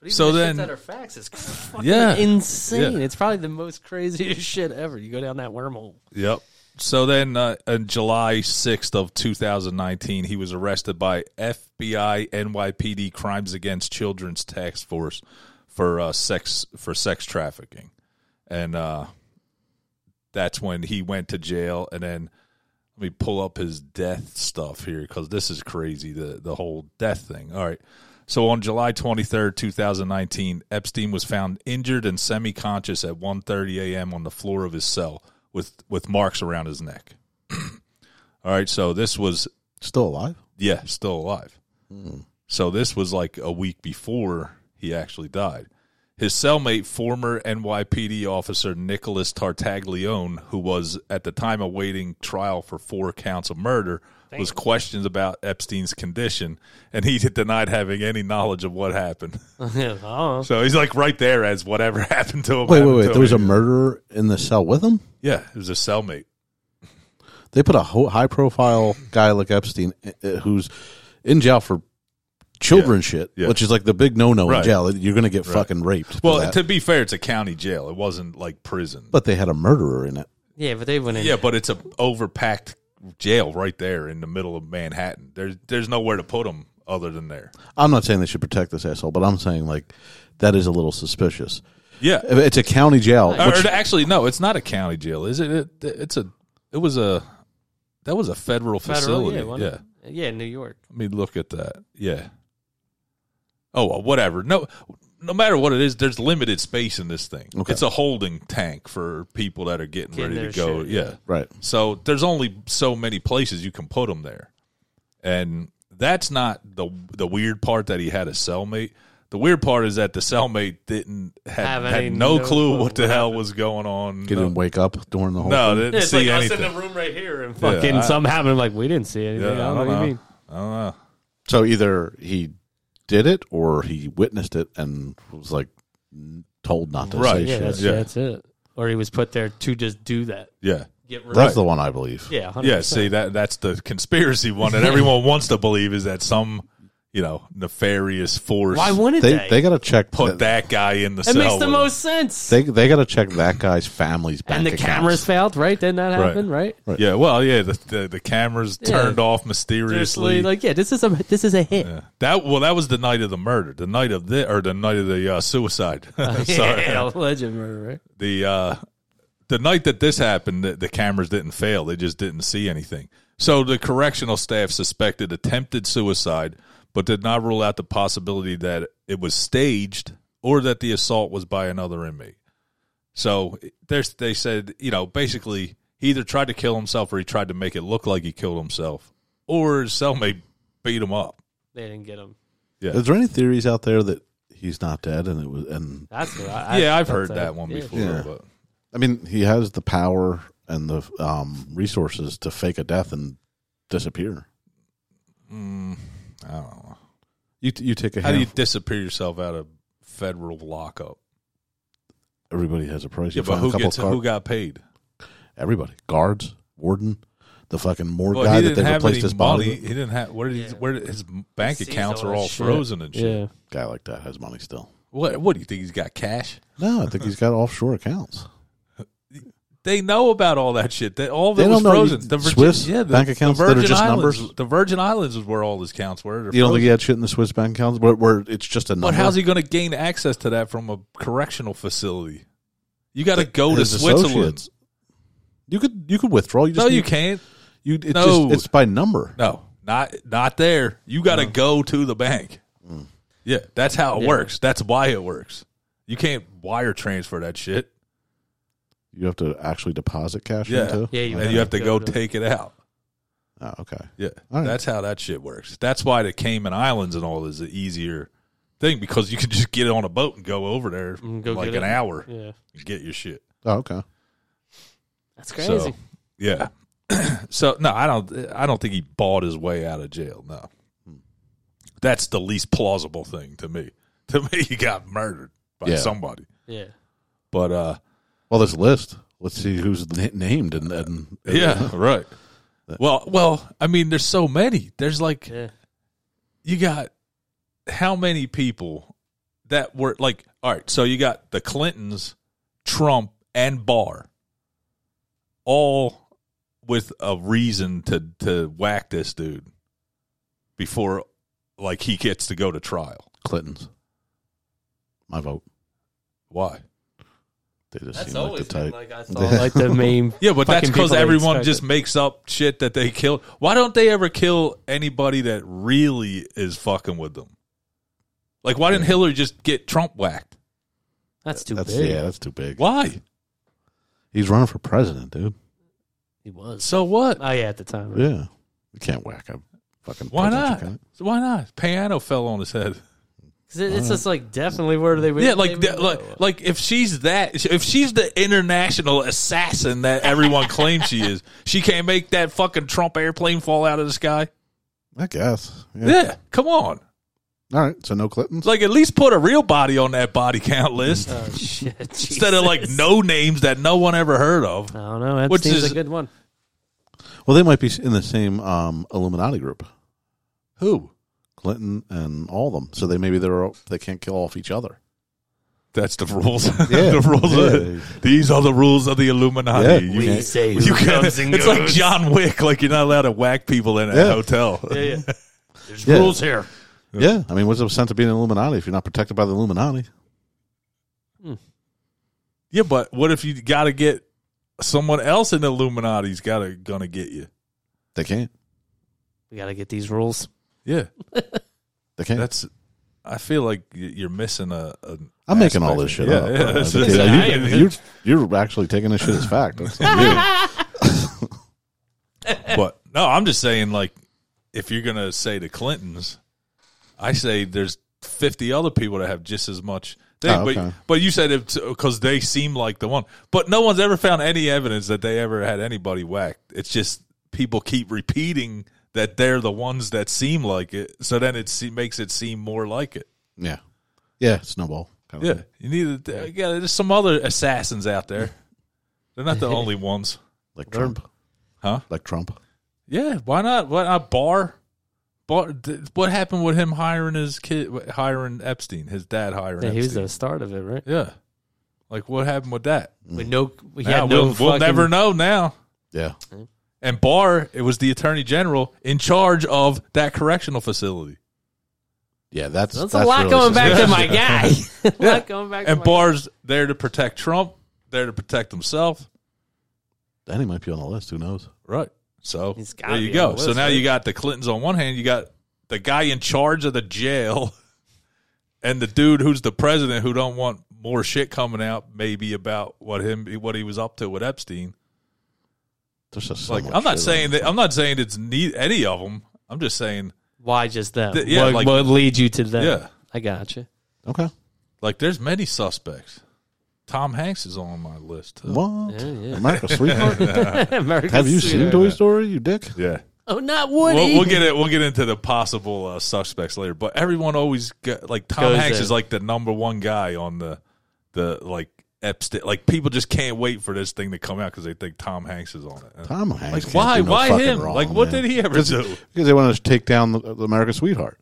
[SPEAKER 3] But even
[SPEAKER 2] So
[SPEAKER 3] the shit
[SPEAKER 2] then-
[SPEAKER 3] that are facts is fucking
[SPEAKER 2] Yeah.
[SPEAKER 3] [laughs] insane.
[SPEAKER 2] Yeah.
[SPEAKER 3] It's probably the most craziest [laughs] shit ever. You go down that wormhole.
[SPEAKER 2] Yep. So then, uh, on July 6th of 2019, he was arrested by FBI NYPD Crimes Against Children's Task Force for uh, sex for sex trafficking, and uh, that's when he went to jail. And then let me pull up his death stuff here because this is crazy. The the whole death thing. All right. So on July 23rd, 2019, Epstein was found injured and semi-conscious at 1:30 a.m. on the floor of his cell with with marks around his neck. [clears throat] All right, so this was
[SPEAKER 1] Still alive?
[SPEAKER 2] yeah, still alive.
[SPEAKER 1] Hmm.
[SPEAKER 2] So this was like a week before he actually died. His cellmate, former NYPD officer Nicholas Tartaglione, who was at the time awaiting trial for four counts of murder, was questioned about Epstein's condition, and he denied having any knowledge of what happened. [laughs]
[SPEAKER 3] [laughs] oh,
[SPEAKER 2] So he's like right there as whatever [laughs] happened to him.
[SPEAKER 1] Wait, wait,
[SPEAKER 2] happened
[SPEAKER 1] wait.
[SPEAKER 2] to
[SPEAKER 1] There was a
[SPEAKER 2] him.
[SPEAKER 1] murderer in the cell with him.
[SPEAKER 2] yeah, it was a cellmate.
[SPEAKER 1] They put a ho- high-profile guy like Epstein, uh, uh, who's in jail for children shit,
[SPEAKER 2] yeah.
[SPEAKER 1] which is like the big no-no
[SPEAKER 2] Right.
[SPEAKER 1] in jail. You're going to get fucking raped. for
[SPEAKER 2] Well,
[SPEAKER 1] that.
[SPEAKER 2] to be fair, it's a county jail. It wasn't like prison.
[SPEAKER 1] but they had a murderer in it.
[SPEAKER 3] yeah, but they went in.
[SPEAKER 2] yeah, but it's a overpacked jail right there in the middle of Manhattan. There's there's nowhere to put them other than there.
[SPEAKER 1] I'm not saying they should protect this asshole, but I'm saying like that is a little suspicious.
[SPEAKER 2] Yeah.
[SPEAKER 1] If It's a county jail.
[SPEAKER 2] Or,
[SPEAKER 1] which-
[SPEAKER 2] or actually, no, it's not a county jail, is it? it? It's a it was a that was a federal
[SPEAKER 3] Federal,
[SPEAKER 2] facility.
[SPEAKER 3] yeah, one-
[SPEAKER 2] yeah,
[SPEAKER 3] yeah, New York.
[SPEAKER 2] let me look at that. Yeah. Oh well, whatever. No, no matter what it is, there's limited space in this thing.
[SPEAKER 1] Okay.
[SPEAKER 2] It's a holding tank for people that are getting ready
[SPEAKER 3] Getting their
[SPEAKER 2] to go.
[SPEAKER 3] shit,
[SPEAKER 2] yeah.
[SPEAKER 1] right.
[SPEAKER 2] So there's only so many places you can put them there, and that's not the the weird part that he had a cellmate. The weird part is that the cellmate didn't had,
[SPEAKER 3] Have
[SPEAKER 2] had
[SPEAKER 3] any
[SPEAKER 2] no,
[SPEAKER 3] no
[SPEAKER 2] clue
[SPEAKER 3] clue
[SPEAKER 2] what the hell was going on.
[SPEAKER 1] He didn't wake up during the whole
[SPEAKER 2] no,
[SPEAKER 1] thing.
[SPEAKER 2] they didn't
[SPEAKER 3] It's
[SPEAKER 2] see
[SPEAKER 3] like us in
[SPEAKER 2] anything.
[SPEAKER 3] the room right here and fucking
[SPEAKER 2] I-
[SPEAKER 3] something happened. Like we didn't see
[SPEAKER 2] Yeah,
[SPEAKER 3] anything. I
[SPEAKER 2] I
[SPEAKER 3] don't know what you mean.
[SPEAKER 2] I don't know.
[SPEAKER 1] So either he did it or he witnessed it and was like told not to
[SPEAKER 2] Right.
[SPEAKER 1] say
[SPEAKER 3] Yeah,
[SPEAKER 1] shit.
[SPEAKER 3] that's
[SPEAKER 1] That's,
[SPEAKER 2] Yeah.
[SPEAKER 3] that's it. Or he was put there to just do that.
[SPEAKER 2] Yeah.
[SPEAKER 3] Get rid
[SPEAKER 1] the one I believe.
[SPEAKER 3] Yeah, 100%.
[SPEAKER 2] Yeah, see that that's the conspiracy one that everyone wants to believe is that some, you know, nefarious force
[SPEAKER 3] Why wouldn't
[SPEAKER 1] They
[SPEAKER 3] they?
[SPEAKER 1] they got to check
[SPEAKER 2] put that guy in the
[SPEAKER 3] it
[SPEAKER 2] cell.
[SPEAKER 3] makes the
[SPEAKER 2] with
[SPEAKER 3] most sense.
[SPEAKER 1] They they got to check that guy's family's bank
[SPEAKER 3] and the
[SPEAKER 1] accounts.
[SPEAKER 3] cameras failed, right? Didn't that
[SPEAKER 2] Right.
[SPEAKER 3] happen, right?
[SPEAKER 2] him. Yeah, well, yeah, the the, the cameras
[SPEAKER 3] Yeah.
[SPEAKER 2] turned off
[SPEAKER 3] Seriously,
[SPEAKER 2] mysteriously.
[SPEAKER 3] like yeah, this is a this is a hit.
[SPEAKER 2] Yeah.
[SPEAKER 3] [laughs]
[SPEAKER 2] That well, that was the night of the murder, the night of the or the night of the uh, suicide. [laughs] Sorry,
[SPEAKER 3] yeah, legend murder, right?
[SPEAKER 2] the uh, the night that this happened, the, the cameras didn't fail; they just didn't see anything. So the correctional staff suspected attempted suicide, but did not rule out the possibility that it was staged or that the assault was by another inmate. So there's, they said, you know, basically he either tried to kill himself or he tried to make it look like he killed himself, or his cellmate beat him up.
[SPEAKER 3] They didn't get him.
[SPEAKER 1] Is there any theories out there that he's not dead and it was and
[SPEAKER 3] That's what I. I
[SPEAKER 2] yeah, I've
[SPEAKER 3] that's
[SPEAKER 2] heard
[SPEAKER 3] a-
[SPEAKER 2] that one
[SPEAKER 3] yeah.
[SPEAKER 2] before.
[SPEAKER 1] Yeah.
[SPEAKER 2] But
[SPEAKER 1] I mean, he has the power and the um, resources to fake a death and disappear.
[SPEAKER 2] mm, I don't know.
[SPEAKER 1] You you take a
[SPEAKER 2] How do you
[SPEAKER 1] hand.
[SPEAKER 2] disappear yourself out of federal lockup?
[SPEAKER 1] everybody has a price.
[SPEAKER 2] Yeah,
[SPEAKER 1] You
[SPEAKER 2] but
[SPEAKER 1] find a
[SPEAKER 2] who
[SPEAKER 1] couple
[SPEAKER 2] gets
[SPEAKER 1] of guard-
[SPEAKER 2] who got paid?
[SPEAKER 1] everybody, guards, warden, the fucking morgue
[SPEAKER 2] Well,
[SPEAKER 1] guy
[SPEAKER 2] he
[SPEAKER 1] that
[SPEAKER 2] didn't
[SPEAKER 1] they
[SPEAKER 2] have
[SPEAKER 1] replaced
[SPEAKER 2] any
[SPEAKER 1] his
[SPEAKER 2] money.
[SPEAKER 1] body.
[SPEAKER 2] He didn't have where did he,
[SPEAKER 3] Yeah.
[SPEAKER 2] where did, his bank
[SPEAKER 3] He sees
[SPEAKER 2] accounts
[SPEAKER 3] all
[SPEAKER 2] are
[SPEAKER 3] that
[SPEAKER 2] all
[SPEAKER 3] shit.
[SPEAKER 2] frozen and shit.
[SPEAKER 3] Yeah,
[SPEAKER 1] Guy like that has money still.
[SPEAKER 2] What what do you think he's got cash?
[SPEAKER 1] No, I think he's got offshore
[SPEAKER 2] [laughs]
[SPEAKER 1] accounts.
[SPEAKER 2] They know about all that shit. That all of
[SPEAKER 1] They
[SPEAKER 2] it was
[SPEAKER 1] don't know
[SPEAKER 2] frozen.
[SPEAKER 1] you-
[SPEAKER 2] The Virgin,
[SPEAKER 1] Swiss
[SPEAKER 2] yeah, the,
[SPEAKER 1] bank accounts
[SPEAKER 2] the
[SPEAKER 1] that are
[SPEAKER 2] Virgin
[SPEAKER 1] just
[SPEAKER 2] Islands,
[SPEAKER 1] numbers?
[SPEAKER 2] The Virgin Islands is where all his accounts were. They're
[SPEAKER 1] You don't think
[SPEAKER 2] frozen.
[SPEAKER 1] he had shit in the Swiss bank accounts, where, where it's just a number?
[SPEAKER 2] but how's he going to gain access to that from a correctional facility? You got to go to
[SPEAKER 1] His
[SPEAKER 2] Switzerland.
[SPEAKER 1] associates. You could you could withdraw. You just
[SPEAKER 2] No, you
[SPEAKER 1] need-
[SPEAKER 2] can't.
[SPEAKER 1] You it's
[SPEAKER 2] No.
[SPEAKER 1] just it's by number.
[SPEAKER 2] No, not not there. You got to go to the bank. Yeah, that's how it
[SPEAKER 3] Mm. Yeah.
[SPEAKER 2] works. That's why it works. You can't wire transfer that shit.
[SPEAKER 1] You have to actually deposit cash
[SPEAKER 2] Yeah.
[SPEAKER 1] into.
[SPEAKER 3] Yeah, you
[SPEAKER 2] and
[SPEAKER 3] have
[SPEAKER 2] you
[SPEAKER 3] to
[SPEAKER 2] have to
[SPEAKER 3] go
[SPEAKER 2] go,
[SPEAKER 3] to-
[SPEAKER 2] take it out.
[SPEAKER 1] Oh, okay.
[SPEAKER 2] Yeah,
[SPEAKER 1] All right.
[SPEAKER 2] that's how that shit works. That's why the Cayman Islands and all is an easier thing because you can [laughs] just get on a boat and go over there
[SPEAKER 3] Mm, go
[SPEAKER 2] like
[SPEAKER 3] get
[SPEAKER 2] an
[SPEAKER 3] it.
[SPEAKER 2] hour
[SPEAKER 3] yeah,
[SPEAKER 2] and get your shit.
[SPEAKER 1] Oh, okay.
[SPEAKER 3] that's crazy.
[SPEAKER 2] So yeah, [clears throat] so no, I don't. I don't think he bought his way out of jail. No,
[SPEAKER 3] Hmm.
[SPEAKER 2] that's the least plausible thing to me. [laughs] To me, he got murdered by
[SPEAKER 1] Yeah.
[SPEAKER 2] somebody.
[SPEAKER 3] yeah,
[SPEAKER 2] But uh,
[SPEAKER 1] Well, this list. Let's see who's n- named and, and
[SPEAKER 2] yeah, right. Well, well, I mean, there's so many. There's like
[SPEAKER 3] yeah.
[SPEAKER 2] you got how many people that were like all right so you got the clintons trump and barr all with a reason to to whack this dude before like he gets to go to trial
[SPEAKER 1] [laughs] Clinton's. My vote.
[SPEAKER 2] why
[SPEAKER 1] They just seem like the type.
[SPEAKER 2] [laughs]
[SPEAKER 3] like I saw like the main.
[SPEAKER 2] yeah but that's
[SPEAKER 3] fucking people
[SPEAKER 2] because
[SPEAKER 3] they
[SPEAKER 2] everyone
[SPEAKER 3] expected.
[SPEAKER 2] just makes up shit that they killed why don't they ever kill anybody that really is fucking with them like why didn't hillary just get trump whacked
[SPEAKER 3] That's too
[SPEAKER 1] that's
[SPEAKER 3] big.
[SPEAKER 1] yeah, that's too big.
[SPEAKER 2] why
[SPEAKER 1] He's running for president, dude.
[SPEAKER 3] He was.
[SPEAKER 2] so what
[SPEAKER 3] Oh yeah, at the time. right?
[SPEAKER 1] Yeah, you can't whack him. Fucking
[SPEAKER 2] Why
[SPEAKER 1] presidential
[SPEAKER 2] not?
[SPEAKER 1] candidate.
[SPEAKER 2] So Why not? Piano fell on his head.
[SPEAKER 3] 'Cause it- it's just like definitely where do they?
[SPEAKER 2] yeah, like
[SPEAKER 3] they-
[SPEAKER 2] that- like like if she's that, if she's the international assassin that everyone claims she is, she can't make that fucking Trump airplane fall out of the sky.
[SPEAKER 1] I guess. Yeah.
[SPEAKER 2] Yeah, come on.
[SPEAKER 1] All right. So no Clintons.
[SPEAKER 2] It's like at least put a real body on that body count list
[SPEAKER 3] oh shit.
[SPEAKER 2] [laughs] instead of like
[SPEAKER 3] Jesus.
[SPEAKER 2] no names that no one ever heard of.
[SPEAKER 3] I don't know. That
[SPEAKER 2] Which
[SPEAKER 3] seems
[SPEAKER 2] is-
[SPEAKER 3] a good one.
[SPEAKER 1] Well, they might be in the same um, Illuminati group,
[SPEAKER 2] Who?
[SPEAKER 1] Clinton and all of them. So they maybe they're all- they can't kill off each other.
[SPEAKER 2] That's the rules. [laughs]
[SPEAKER 1] Yeah.
[SPEAKER 2] the rules.
[SPEAKER 1] Yeah.
[SPEAKER 2] Of, these are the rules of the Illuminati.
[SPEAKER 1] Yeah.
[SPEAKER 2] You
[SPEAKER 1] We
[SPEAKER 2] can't-
[SPEAKER 3] say
[SPEAKER 2] you can't- It's like John Wick. Like you're not allowed to whack people in a
[SPEAKER 1] Yeah.
[SPEAKER 2] hotel.
[SPEAKER 3] Yeah, yeah. There's
[SPEAKER 1] Yeah.
[SPEAKER 3] rules here.
[SPEAKER 1] Yeah, I mean, what's the sense of being an Illuminati if you're not protected by the Illuminati?
[SPEAKER 2] Yeah, but what if you got to get someone else in the Illuminati's got to gonna get you?
[SPEAKER 1] They can't.
[SPEAKER 3] We gotta get these rules.
[SPEAKER 2] Yeah,
[SPEAKER 1] They can't.
[SPEAKER 2] that's. I feel like y- you're missing a. a
[SPEAKER 1] I'm making all this shit
[SPEAKER 2] aspect. yeah,
[SPEAKER 1] up.
[SPEAKER 2] yeah, that's- that's-
[SPEAKER 1] Yeah, you, you're, you're actually taking this shit as
[SPEAKER 3] [laughs]
[SPEAKER 1] fact. That's on you. [laughs]
[SPEAKER 2] but no, I'm just saying like if you're gonna say the Clintons, I say there's 50 other people that have just as much. Thing.
[SPEAKER 1] Oh, okay.
[SPEAKER 2] But but you said it because they seem like the one. But no one's ever found any evidence that they ever had anybody whacked. It's just people keep repeating that they're the ones that seem like it. So then it se- makes it seem more like it.
[SPEAKER 1] Yeah. Yeah. Snowball. Kind
[SPEAKER 2] Yeah, you need. to- uh, Yeah, there's some other assassins out there. They're
[SPEAKER 1] [laughs]
[SPEAKER 2] not the only ones,
[SPEAKER 1] Like Trump.
[SPEAKER 2] huh?
[SPEAKER 1] Like Trump.
[SPEAKER 2] Yeah, why not? Why not Barr? Barr, th- what happened with him hiring his kid, hiring Epstein, his dad hiring
[SPEAKER 3] Yeah, he was
[SPEAKER 2] Epstein?
[SPEAKER 3] the start of it, right?
[SPEAKER 2] yeah, like what happened with that?
[SPEAKER 3] With no, we
[SPEAKER 2] Yeah,
[SPEAKER 3] had no
[SPEAKER 2] we'll, we'll
[SPEAKER 3] fucking-
[SPEAKER 2] never know now.
[SPEAKER 1] Yeah.
[SPEAKER 2] And Barr, it was the attorney general in charge of that correctional facility.
[SPEAKER 1] Yeah. That's,
[SPEAKER 3] That's, a lot
[SPEAKER 1] really
[SPEAKER 3] going back to
[SPEAKER 1] suspicious.
[SPEAKER 3] my [laughs] guy. a lot going back.
[SPEAKER 2] And
[SPEAKER 3] to my
[SPEAKER 2] Barr's there to protect Trump, there to protect himself.
[SPEAKER 1] Then he might be on the list. Who knows?
[SPEAKER 2] Right. So
[SPEAKER 3] He's gotta
[SPEAKER 2] there you
[SPEAKER 3] be
[SPEAKER 2] go.
[SPEAKER 3] on the
[SPEAKER 2] so
[SPEAKER 3] list,
[SPEAKER 2] now
[SPEAKER 3] right?
[SPEAKER 2] you got the Clintons on one hand, you got the guy in charge of the jail, [laughs] and the dude who's the president who don't want more shit coming out, maybe about what him what he was up to with Epstein.
[SPEAKER 1] There's just so
[SPEAKER 2] Like
[SPEAKER 1] much
[SPEAKER 2] I'm not
[SPEAKER 1] shit
[SPEAKER 2] saying
[SPEAKER 1] on
[SPEAKER 2] that I'm not saying it's ne- any of them. I'm just saying
[SPEAKER 3] Why just them?
[SPEAKER 2] Th- yeah,
[SPEAKER 3] what,
[SPEAKER 2] like-
[SPEAKER 3] what leads you to them?
[SPEAKER 2] Yeah.
[SPEAKER 3] I gotcha.
[SPEAKER 1] it. Okay.
[SPEAKER 2] like there's many suspects. Tom Hanks is on my list. too.
[SPEAKER 1] What?
[SPEAKER 3] Yeah, yeah.
[SPEAKER 1] America,
[SPEAKER 3] [laughs]
[SPEAKER 1] sweetheart.
[SPEAKER 2] Uh,
[SPEAKER 3] American
[SPEAKER 1] Have you seen
[SPEAKER 3] Sweetheart.
[SPEAKER 1] Toy Story? You dick.
[SPEAKER 2] Yeah.
[SPEAKER 3] Oh, not Woody.
[SPEAKER 2] We'll, we'll get it. We'll get into the possible uh, suspects later. But everyone always got, like Tom
[SPEAKER 3] Goes
[SPEAKER 2] Hanks
[SPEAKER 3] in.
[SPEAKER 2] is like the number one guy on the the like Epstein. Like people just can't wait for this thing to come out because they think Tom Hanks is on it.
[SPEAKER 1] Tom Hanks. can't
[SPEAKER 2] like why?
[SPEAKER 1] do no
[SPEAKER 2] why
[SPEAKER 1] fucking
[SPEAKER 2] him?
[SPEAKER 1] wrong,
[SPEAKER 2] like what
[SPEAKER 1] man.
[SPEAKER 2] did he ever do?
[SPEAKER 1] because they wanted to take down the, the American Sweetheart.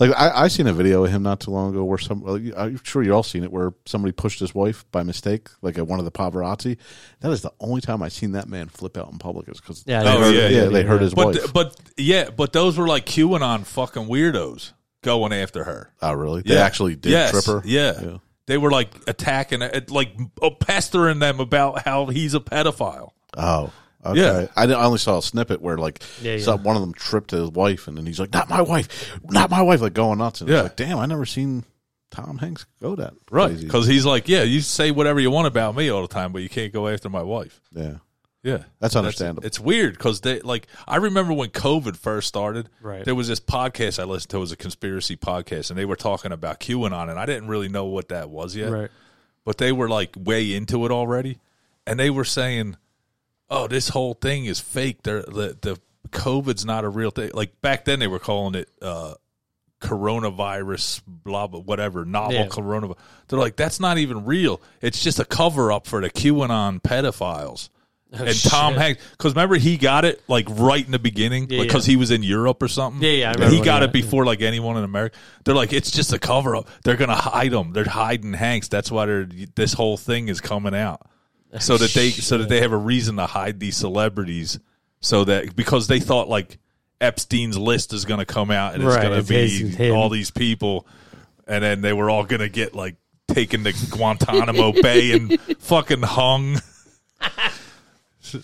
[SPEAKER 1] Like I, I seen a video of him not too long ago where some well, you- I'm sure you all seen it where somebody pushed his wife by mistake, like at one of the paparazzi. That is the only time I've seen that man flip out in public is because
[SPEAKER 3] Yeah,
[SPEAKER 1] they
[SPEAKER 2] Oh,
[SPEAKER 1] heard,
[SPEAKER 2] yeah,
[SPEAKER 1] yeah,
[SPEAKER 2] yeah,
[SPEAKER 1] they
[SPEAKER 3] yeah.
[SPEAKER 1] heard his
[SPEAKER 2] But
[SPEAKER 1] wife.
[SPEAKER 2] but yeah, but those were like QAnon fucking weirdos going after her.
[SPEAKER 1] oh really? They
[SPEAKER 2] Yeah.
[SPEAKER 1] actually did
[SPEAKER 2] Yes.
[SPEAKER 1] trip her.
[SPEAKER 2] Yeah.
[SPEAKER 1] Yeah.
[SPEAKER 2] They were like attacking, it, like pestering them about how he's a pedophile.
[SPEAKER 1] Oh. Okay.
[SPEAKER 2] Yeah.
[SPEAKER 1] I, I only saw a snippet where like
[SPEAKER 3] Yeah, yeah.
[SPEAKER 1] some- one of them tripped his wife, and then he's like, "Not my wife, not my wife!" Like going nuts. And yeah.
[SPEAKER 2] Yeah.
[SPEAKER 1] like, damn, I never seen Tom Hanks go that
[SPEAKER 2] Right.
[SPEAKER 1] crazy.
[SPEAKER 2] Because he's like, yeah, you say whatever you want about me all the time, but you can't go after my wife.
[SPEAKER 1] yeah,
[SPEAKER 2] Yeah.
[SPEAKER 1] that's understandable.
[SPEAKER 2] It's weird because they like I remember when COVID first started.
[SPEAKER 3] Right.
[SPEAKER 2] There was this podcast I listened to it was a conspiracy podcast, and they were talking about QAnon, and I didn't really know what that was yet.
[SPEAKER 3] Right.
[SPEAKER 2] But they were like way into it already, and they were saying, "Oh, this whole thing is fake. They're, the the COVID's not a real thing." Like back then, they were calling it uh, coronavirus, blah blah, whatever, novel
[SPEAKER 3] Yeah.
[SPEAKER 2] coronavirus. They're like, "That's not even real. It's just a cover up for the QAnon pedophiles." and Tom
[SPEAKER 3] Oh, shit.
[SPEAKER 2] Hanks, because remember he got it like right in the beginning because
[SPEAKER 3] Yeah, yeah.
[SPEAKER 2] he was in Europe or something.
[SPEAKER 3] Yeah, yeah, I
[SPEAKER 2] And
[SPEAKER 3] remember
[SPEAKER 2] he got
[SPEAKER 3] that,
[SPEAKER 2] it before like anyone in America. They're like, it's just a cover up. They're gonna hide him. They're hiding Hanks. That's why they're, this whole thing is coming out so that they so that they have a reason to hide these celebrities so that because they thought like Epstein's list is going to come out and
[SPEAKER 3] Right,
[SPEAKER 2] it's going
[SPEAKER 3] it's
[SPEAKER 2] to be
[SPEAKER 3] his- it's him.
[SPEAKER 2] all these people and then they were all going to get like taken to Guantanamo [laughs] Bay and fucking hung [laughs]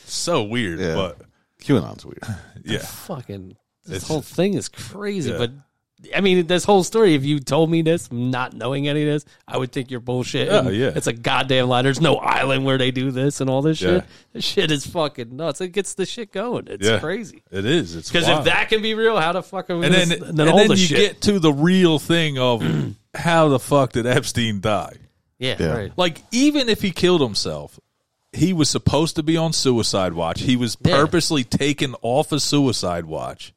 [SPEAKER 2] so weird
[SPEAKER 1] Yeah.
[SPEAKER 2] but
[SPEAKER 1] QAnon's weird.
[SPEAKER 2] yeah
[SPEAKER 3] fucking this
[SPEAKER 2] It's-
[SPEAKER 3] whole thing is crazy.
[SPEAKER 2] Yeah.
[SPEAKER 3] But I mean, this whole story. If you told me this, not knowing any of this, I would think you're bullshit.
[SPEAKER 2] Yeah,
[SPEAKER 3] and
[SPEAKER 2] yeah.
[SPEAKER 3] It's a goddamn lie. There's no island where they do this and all this
[SPEAKER 2] Yeah.
[SPEAKER 3] shit. This shit is fucking nuts. It gets the shit going. It's
[SPEAKER 2] Yeah.
[SPEAKER 3] crazy.
[SPEAKER 2] it is it's
[SPEAKER 3] Because if
[SPEAKER 2] wild.
[SPEAKER 3] that can be real, how the fuck are we?
[SPEAKER 2] and
[SPEAKER 3] gonna
[SPEAKER 2] then
[SPEAKER 3] s-
[SPEAKER 2] and
[SPEAKER 3] then all
[SPEAKER 2] then
[SPEAKER 3] the
[SPEAKER 2] you
[SPEAKER 3] shit.
[SPEAKER 2] get to the real thing of how the fuck did Epstein die
[SPEAKER 3] yeah,
[SPEAKER 1] Yeah.
[SPEAKER 3] right.
[SPEAKER 2] Like even if he killed himself, he was supposed to be on suicide watch. He was
[SPEAKER 3] Yeah.
[SPEAKER 2] purposely taken off of suicide watch,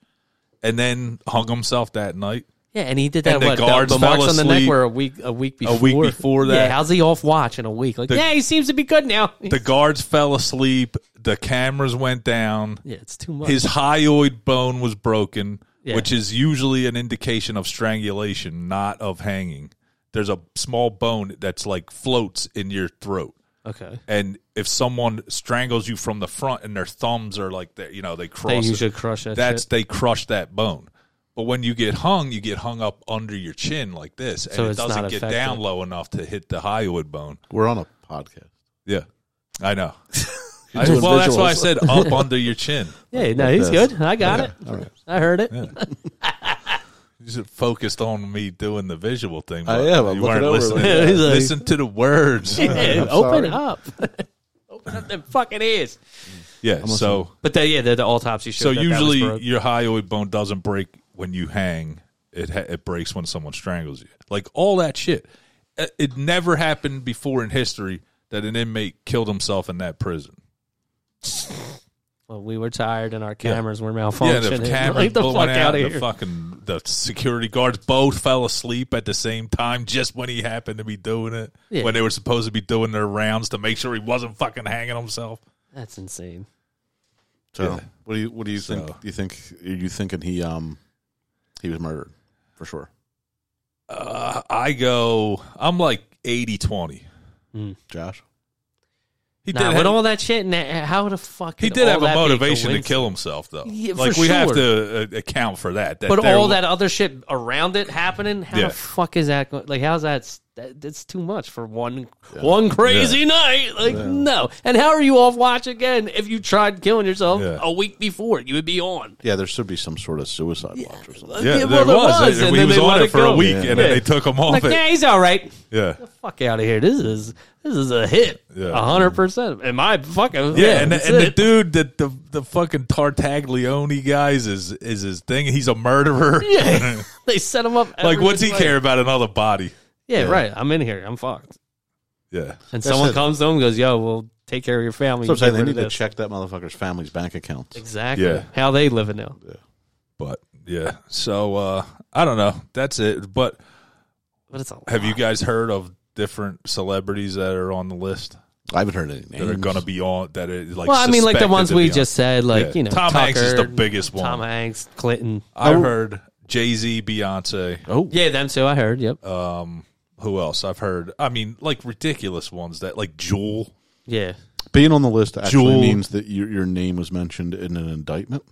[SPEAKER 2] and then hung himself that night.
[SPEAKER 3] Yeah, and he did that.
[SPEAKER 2] And the
[SPEAKER 3] what, the,
[SPEAKER 2] guards
[SPEAKER 3] the marks
[SPEAKER 2] fell
[SPEAKER 3] on the neck
[SPEAKER 2] asleep
[SPEAKER 3] were a week, a week before.
[SPEAKER 2] week before
[SPEAKER 3] Yeah,
[SPEAKER 2] that.
[SPEAKER 3] how's he off watch in a week? Like, yeah, he seems to be good now.
[SPEAKER 2] [laughs] The guards fell asleep. The cameras went down.
[SPEAKER 3] yeah, it's too much.
[SPEAKER 2] His hyoid bone was broken,
[SPEAKER 3] Yeah.
[SPEAKER 2] which is usually an indication of strangulation, not of hanging. There's a small bone that's like floats in your throat.
[SPEAKER 3] okay,
[SPEAKER 2] And if someone strangles you from the front and their thumbs are like, they- you know, they cross.
[SPEAKER 3] they
[SPEAKER 2] it.
[SPEAKER 3] usually crush that.
[SPEAKER 2] that's
[SPEAKER 3] shit.
[SPEAKER 2] they crush that bone. But when you get hung, you get hung up under your chin like this, and
[SPEAKER 3] So
[SPEAKER 2] it
[SPEAKER 3] it's
[SPEAKER 2] doesn't
[SPEAKER 3] not
[SPEAKER 2] get
[SPEAKER 3] effective.
[SPEAKER 2] down low enough to hit the hyoid bone.
[SPEAKER 1] We're on a podcast.
[SPEAKER 2] Yeah, I
[SPEAKER 3] [laughs]
[SPEAKER 2] know. I-
[SPEAKER 1] doing
[SPEAKER 2] well, that's why I
[SPEAKER 1] visuals.
[SPEAKER 2] said up under your chin.
[SPEAKER 3] yeah, no, he's
[SPEAKER 1] this.
[SPEAKER 3] good. I got it.
[SPEAKER 1] All right.
[SPEAKER 3] I heard it. [laughs]
[SPEAKER 2] You just focused on me doing the visual thing.
[SPEAKER 1] I
[SPEAKER 2] but
[SPEAKER 1] am. I'm looking
[SPEAKER 2] you weren't
[SPEAKER 1] over
[SPEAKER 3] [laughs]
[SPEAKER 2] listening.
[SPEAKER 1] there.
[SPEAKER 3] He's like-
[SPEAKER 2] Listen to the words.
[SPEAKER 3] [laughs] Yeah,
[SPEAKER 1] I'm
[SPEAKER 3] [laughs]
[SPEAKER 1] sorry.
[SPEAKER 3] open up. open up them fucking ears.
[SPEAKER 2] Yeah. So
[SPEAKER 3] But the, yeah, the, the autopsy showed
[SPEAKER 2] so
[SPEAKER 3] that that was
[SPEAKER 2] usually
[SPEAKER 3] broke.
[SPEAKER 2] your hyoid bone doesn't break when you hang. It ha- it breaks when someone strangles you. Like all that shit. It- It never happened before in history that an inmate killed himself in that prison.
[SPEAKER 3] well, we were tired and our
[SPEAKER 2] Yeah.
[SPEAKER 3] cameras were
[SPEAKER 2] Yeah,
[SPEAKER 3] malfunctioning.
[SPEAKER 2] the camera
[SPEAKER 3] Get the
[SPEAKER 2] went out.
[SPEAKER 3] fuck out of
[SPEAKER 2] The
[SPEAKER 3] here.
[SPEAKER 2] fucking the security guards both fell asleep at the same time, just when he happened to be doing it.
[SPEAKER 3] Yeah.
[SPEAKER 2] When they were supposed to be doing their rounds to make sure he wasn't fucking hanging himself.
[SPEAKER 3] That's insane.
[SPEAKER 1] So
[SPEAKER 2] Yeah.
[SPEAKER 1] what do you what do you
[SPEAKER 2] So-
[SPEAKER 1] think? Do you think are you thinking he um he was murdered for sure?
[SPEAKER 2] Uh, I go. I'm like 80-20.
[SPEAKER 1] Josh,
[SPEAKER 2] He
[SPEAKER 3] Nah,
[SPEAKER 2] did.
[SPEAKER 3] with
[SPEAKER 2] Have,
[SPEAKER 3] all that shit, and that, how the fuck?
[SPEAKER 2] he
[SPEAKER 3] could
[SPEAKER 2] did
[SPEAKER 3] all
[SPEAKER 2] have
[SPEAKER 3] that
[SPEAKER 2] a
[SPEAKER 3] be
[SPEAKER 2] motivation to
[SPEAKER 3] coincidence?
[SPEAKER 2] kill himself, though.
[SPEAKER 3] Yeah, for
[SPEAKER 2] like we have
[SPEAKER 3] sure.
[SPEAKER 2] to uh, account for that. that
[SPEAKER 3] But
[SPEAKER 2] there
[SPEAKER 3] all
[SPEAKER 2] w-
[SPEAKER 3] that other shit around it happening, how
[SPEAKER 2] Yeah.
[SPEAKER 3] the fuck is that? go- Like, how's that? s- that- That's too much for one one crazy night. Like, no. And how are you off watch again if you tried killing yourself
[SPEAKER 2] Yeah.
[SPEAKER 3] a week before? You would be on.
[SPEAKER 1] yeah, there should be some sort of suicide watch or something.
[SPEAKER 2] Yeah,
[SPEAKER 3] Yeah,
[SPEAKER 2] there
[SPEAKER 3] well, there
[SPEAKER 2] was.
[SPEAKER 3] was, and
[SPEAKER 2] he
[SPEAKER 3] then
[SPEAKER 2] was
[SPEAKER 3] they
[SPEAKER 2] on
[SPEAKER 3] let
[SPEAKER 2] it
[SPEAKER 3] it
[SPEAKER 2] for a
[SPEAKER 3] go.
[SPEAKER 2] week,
[SPEAKER 1] Yeah.
[SPEAKER 2] and then they took him off
[SPEAKER 3] Like, yeah,
[SPEAKER 2] it.
[SPEAKER 3] he's all right.
[SPEAKER 2] Yeah.
[SPEAKER 3] Fuck out of here. This is this is a hit.
[SPEAKER 2] Yeah.
[SPEAKER 3] A hundred percent. Am I fucking?
[SPEAKER 2] Yeah, and, the,
[SPEAKER 3] that's
[SPEAKER 2] and the
[SPEAKER 3] it.
[SPEAKER 2] dude that the the fucking Tartaglione guys is is his thing. He's a murderer.
[SPEAKER 3] [laughs] Yeah. they set him up.
[SPEAKER 2] [laughs] like,
[SPEAKER 3] every
[SPEAKER 2] what's he
[SPEAKER 3] way.
[SPEAKER 2] care about another body?
[SPEAKER 3] Yeah, right. I'm in here. I'm fucked.
[SPEAKER 2] Yeah,
[SPEAKER 3] And
[SPEAKER 1] That's
[SPEAKER 3] someone
[SPEAKER 1] it.
[SPEAKER 3] comes to him and goes, "Yo, we'll take care of your family."
[SPEAKER 1] So I'm
[SPEAKER 3] You
[SPEAKER 1] saying
[SPEAKER 3] get
[SPEAKER 1] they
[SPEAKER 3] rid
[SPEAKER 1] need to
[SPEAKER 3] of this."
[SPEAKER 1] check that motherfucker's family's bank accounts.
[SPEAKER 3] Exactly.
[SPEAKER 2] Yeah.
[SPEAKER 3] How they living now?
[SPEAKER 2] but yeah. So uh, I don't know. That's it. But
[SPEAKER 3] But it's a
[SPEAKER 2] have you
[SPEAKER 3] lot.
[SPEAKER 2] guys heard of different celebrities that are on the list
[SPEAKER 1] I haven't heard any names.
[SPEAKER 2] that are going to be on that? Are, like,
[SPEAKER 3] Well, I mean, like the
[SPEAKER 2] suspected
[SPEAKER 3] ones
[SPEAKER 2] to
[SPEAKER 3] we
[SPEAKER 2] be on?
[SPEAKER 3] just said, like
[SPEAKER 2] Yeah.
[SPEAKER 3] you know,
[SPEAKER 2] Tom Hanks is
[SPEAKER 3] Tucker,
[SPEAKER 2] the biggest one.
[SPEAKER 3] Tom Hanks, Clinton.
[SPEAKER 2] I heard Jay Z, Beyonce.
[SPEAKER 1] Oh,
[SPEAKER 3] Yeah, them too. I heard. Yep.
[SPEAKER 2] Oh. Who else? I've heard. I mean, like ridiculous ones that like Jewel.
[SPEAKER 3] yeah.
[SPEAKER 1] being on the list actually
[SPEAKER 2] Jewel.
[SPEAKER 1] means that your, your name was mentioned in an indictment.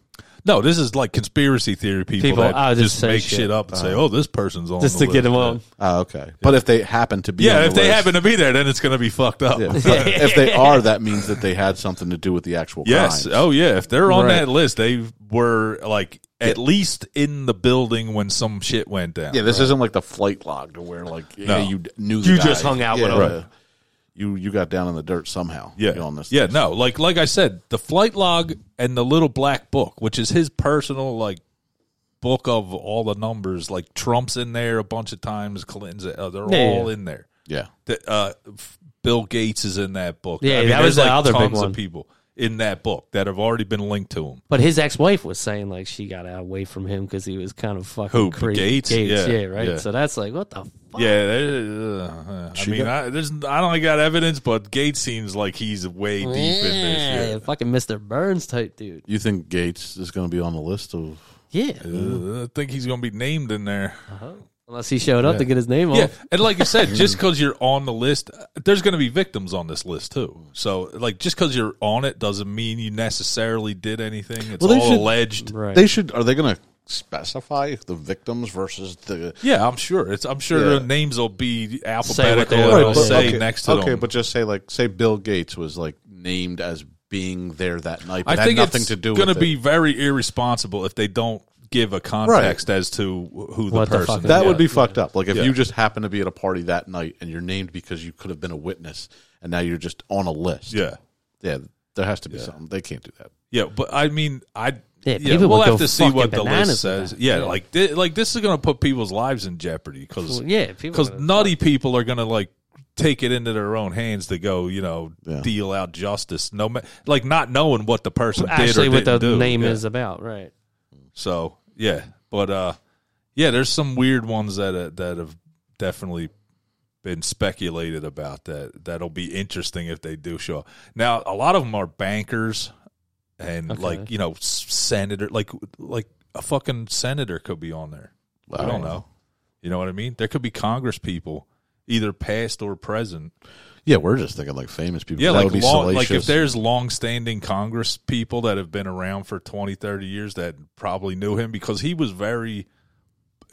[SPEAKER 2] No, this is like conspiracy theory people,
[SPEAKER 3] People-
[SPEAKER 2] that
[SPEAKER 3] I would
[SPEAKER 2] just,
[SPEAKER 3] just say
[SPEAKER 2] make
[SPEAKER 3] shit. Uh,
[SPEAKER 2] shit up and say, "Oh, this person's on
[SPEAKER 3] Just
[SPEAKER 2] the
[SPEAKER 3] to get
[SPEAKER 2] list."
[SPEAKER 3] him on.
[SPEAKER 1] Oh, okay. But if they happen to be,
[SPEAKER 2] Yeah,
[SPEAKER 1] on the
[SPEAKER 2] if they
[SPEAKER 1] list-
[SPEAKER 2] happen to be there, then it's going to be fucked up.
[SPEAKER 1] Yeah. But if they are, that means that they had something to do with the actual
[SPEAKER 2] [laughs] yes.
[SPEAKER 1] crimes.
[SPEAKER 2] Oh, yeah. If they're on
[SPEAKER 3] Right.
[SPEAKER 2] that list, they were like at least in the building when some shit went down.
[SPEAKER 1] Yeah, this isn't like the flight log to where like yeah, you d- knew the
[SPEAKER 2] You
[SPEAKER 1] guy.
[SPEAKER 2] just hung
[SPEAKER 3] out
[SPEAKER 1] yeah,
[SPEAKER 3] with him.
[SPEAKER 1] yeah. You you got down in the dirt somehow.
[SPEAKER 2] Yeah.
[SPEAKER 1] You're on this.
[SPEAKER 2] yeah. No. Like like I said, the flight log and the little black book, which is his personal like book of all the numbers. Like Trump's in there a bunch of times. Clinton's. Uh, they're
[SPEAKER 3] Yeah,
[SPEAKER 2] all
[SPEAKER 3] yeah.
[SPEAKER 2] in there.
[SPEAKER 1] yeah.
[SPEAKER 2] that uh, f- Bill Gates is in that book.
[SPEAKER 3] Yeah,
[SPEAKER 2] I mean,
[SPEAKER 3] that was
[SPEAKER 2] there's,
[SPEAKER 3] the
[SPEAKER 2] like
[SPEAKER 3] other big
[SPEAKER 2] tons
[SPEAKER 3] one.
[SPEAKER 2] of people in that book that have already been linked to him.
[SPEAKER 3] But his ex-wife was saying like she got away from him because he was kind of fucking
[SPEAKER 2] Who,
[SPEAKER 3] crazy.
[SPEAKER 2] Gates? Yeah,
[SPEAKER 3] yeah, right.
[SPEAKER 2] yeah.
[SPEAKER 3] So that's like what the fuck.
[SPEAKER 2] Yeah, there- uh, I mean, I, there's I don't got evidence, but Gates seems like he's way deep in
[SPEAKER 3] Yeah,
[SPEAKER 2] this.
[SPEAKER 3] fucking Mr. Burns type dude.
[SPEAKER 1] You think Gates is going to be on the list of?
[SPEAKER 3] Yeah,
[SPEAKER 2] Yeah. Uh, I think he's gonna be named in there.
[SPEAKER 3] unless he showed up to get his name off.
[SPEAKER 2] Yeah, and like you said,
[SPEAKER 1] [laughs]
[SPEAKER 2] just because you're on the list, uh, there's gonna be victims on this list too. So, like, just because you're on it doesn't mean you necessarily did anything. It's
[SPEAKER 1] Well, they
[SPEAKER 2] all
[SPEAKER 1] should-
[SPEAKER 2] alleged.
[SPEAKER 3] Right.
[SPEAKER 1] They should. Are they going to specify the victims versus the?
[SPEAKER 2] Yeah, I'm sure. It's I'm sure
[SPEAKER 1] Yeah.
[SPEAKER 2] their names will be alphabetical.
[SPEAKER 3] they
[SPEAKER 2] and
[SPEAKER 3] are.
[SPEAKER 2] it'll
[SPEAKER 3] Right, but-
[SPEAKER 2] say next to
[SPEAKER 1] uh, okay,
[SPEAKER 2] them.
[SPEAKER 1] but just say like say Bill Gates was like named as being there that night. But
[SPEAKER 2] I think
[SPEAKER 1] had nothing
[SPEAKER 2] it's
[SPEAKER 1] to do.
[SPEAKER 2] going to
[SPEAKER 1] with it.
[SPEAKER 2] be very irresponsible if they don't give a context as to wh- who the
[SPEAKER 3] What the
[SPEAKER 2] person.
[SPEAKER 3] fuck
[SPEAKER 1] That
[SPEAKER 2] is.
[SPEAKER 1] would be fucked up. Like if
[SPEAKER 2] Yeah.
[SPEAKER 1] you just happen to be at a party that night and you're named because you could have been a witness, and now you're just on a list.
[SPEAKER 2] yeah,
[SPEAKER 1] yeah. There has to be something. They can't do that.
[SPEAKER 2] yeah. But I mean, I
[SPEAKER 3] Yeah,
[SPEAKER 2] yeah,
[SPEAKER 3] people
[SPEAKER 2] we'll
[SPEAKER 3] would
[SPEAKER 2] have
[SPEAKER 3] go
[SPEAKER 2] to see what
[SPEAKER 3] fucking
[SPEAKER 2] the
[SPEAKER 3] bananas
[SPEAKER 2] list
[SPEAKER 3] with
[SPEAKER 2] says.
[SPEAKER 3] that.
[SPEAKER 2] Yeah,
[SPEAKER 3] Yeah.
[SPEAKER 2] like thi- like this is going to put people's lives in jeopardy because
[SPEAKER 3] Well, yeah, people
[SPEAKER 2] because
[SPEAKER 3] are gonna-
[SPEAKER 2] nutty people are going to like take it into their own hands to go you know
[SPEAKER 1] Yeah.
[SPEAKER 2] deal out justice no ma- like not knowing what the person
[SPEAKER 3] actually
[SPEAKER 2] did or
[SPEAKER 3] what the
[SPEAKER 2] didn't do.
[SPEAKER 3] name
[SPEAKER 2] Yeah.
[SPEAKER 3] is about, right?
[SPEAKER 2] So yeah, but uh, yeah, there's some weird ones that uh, that have definitely been speculated about that that'll be interesting if they do show up. Now, a lot of them are bankers and
[SPEAKER 3] Okay.
[SPEAKER 2] like you know s- senator, like like a fucking senator could be on there. I don't know. You know what I mean? There could be Congress people, either past or present.
[SPEAKER 1] Yeah, we're just thinking like famous people.
[SPEAKER 2] Yeah,
[SPEAKER 1] that
[SPEAKER 2] like
[SPEAKER 1] would be
[SPEAKER 2] long, like if
[SPEAKER 1] salacious.
[SPEAKER 2] there's long-standing Congress people that have been around for 20, 30 years that probably knew him because he was very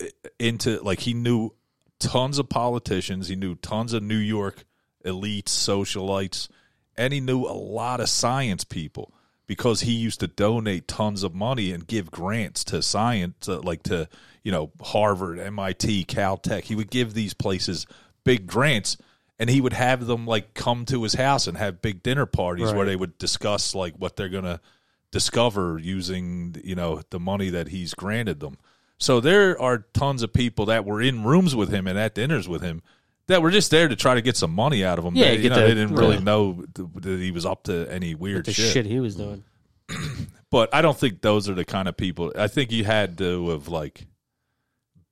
[SPEAKER 2] eh, into like he knew tons of politicians, he knew tons of New York elites, socialites, and he knew a lot of science people because he used to donate tons of money and give grants to science uh, like to, you know, Harvard, MIT, Caltech. He would give these places big grants and he would have them like come to his house and have big dinner parties where
[SPEAKER 3] Right.
[SPEAKER 2] they would discuss like what they're gonna discover using you know the money that he's granted them. So there are tons of people that were in rooms with him and at dinners with him that were just there to try to get some money out of him.
[SPEAKER 3] Yeah,
[SPEAKER 2] they, you
[SPEAKER 3] get
[SPEAKER 2] know,
[SPEAKER 3] the-
[SPEAKER 2] they didn't really
[SPEAKER 3] right.
[SPEAKER 2] know th- that he was up to any weird
[SPEAKER 3] the
[SPEAKER 2] shit
[SPEAKER 3] shit. he was doing.
[SPEAKER 2] but I don't think those are the kind of people. I think you had to have like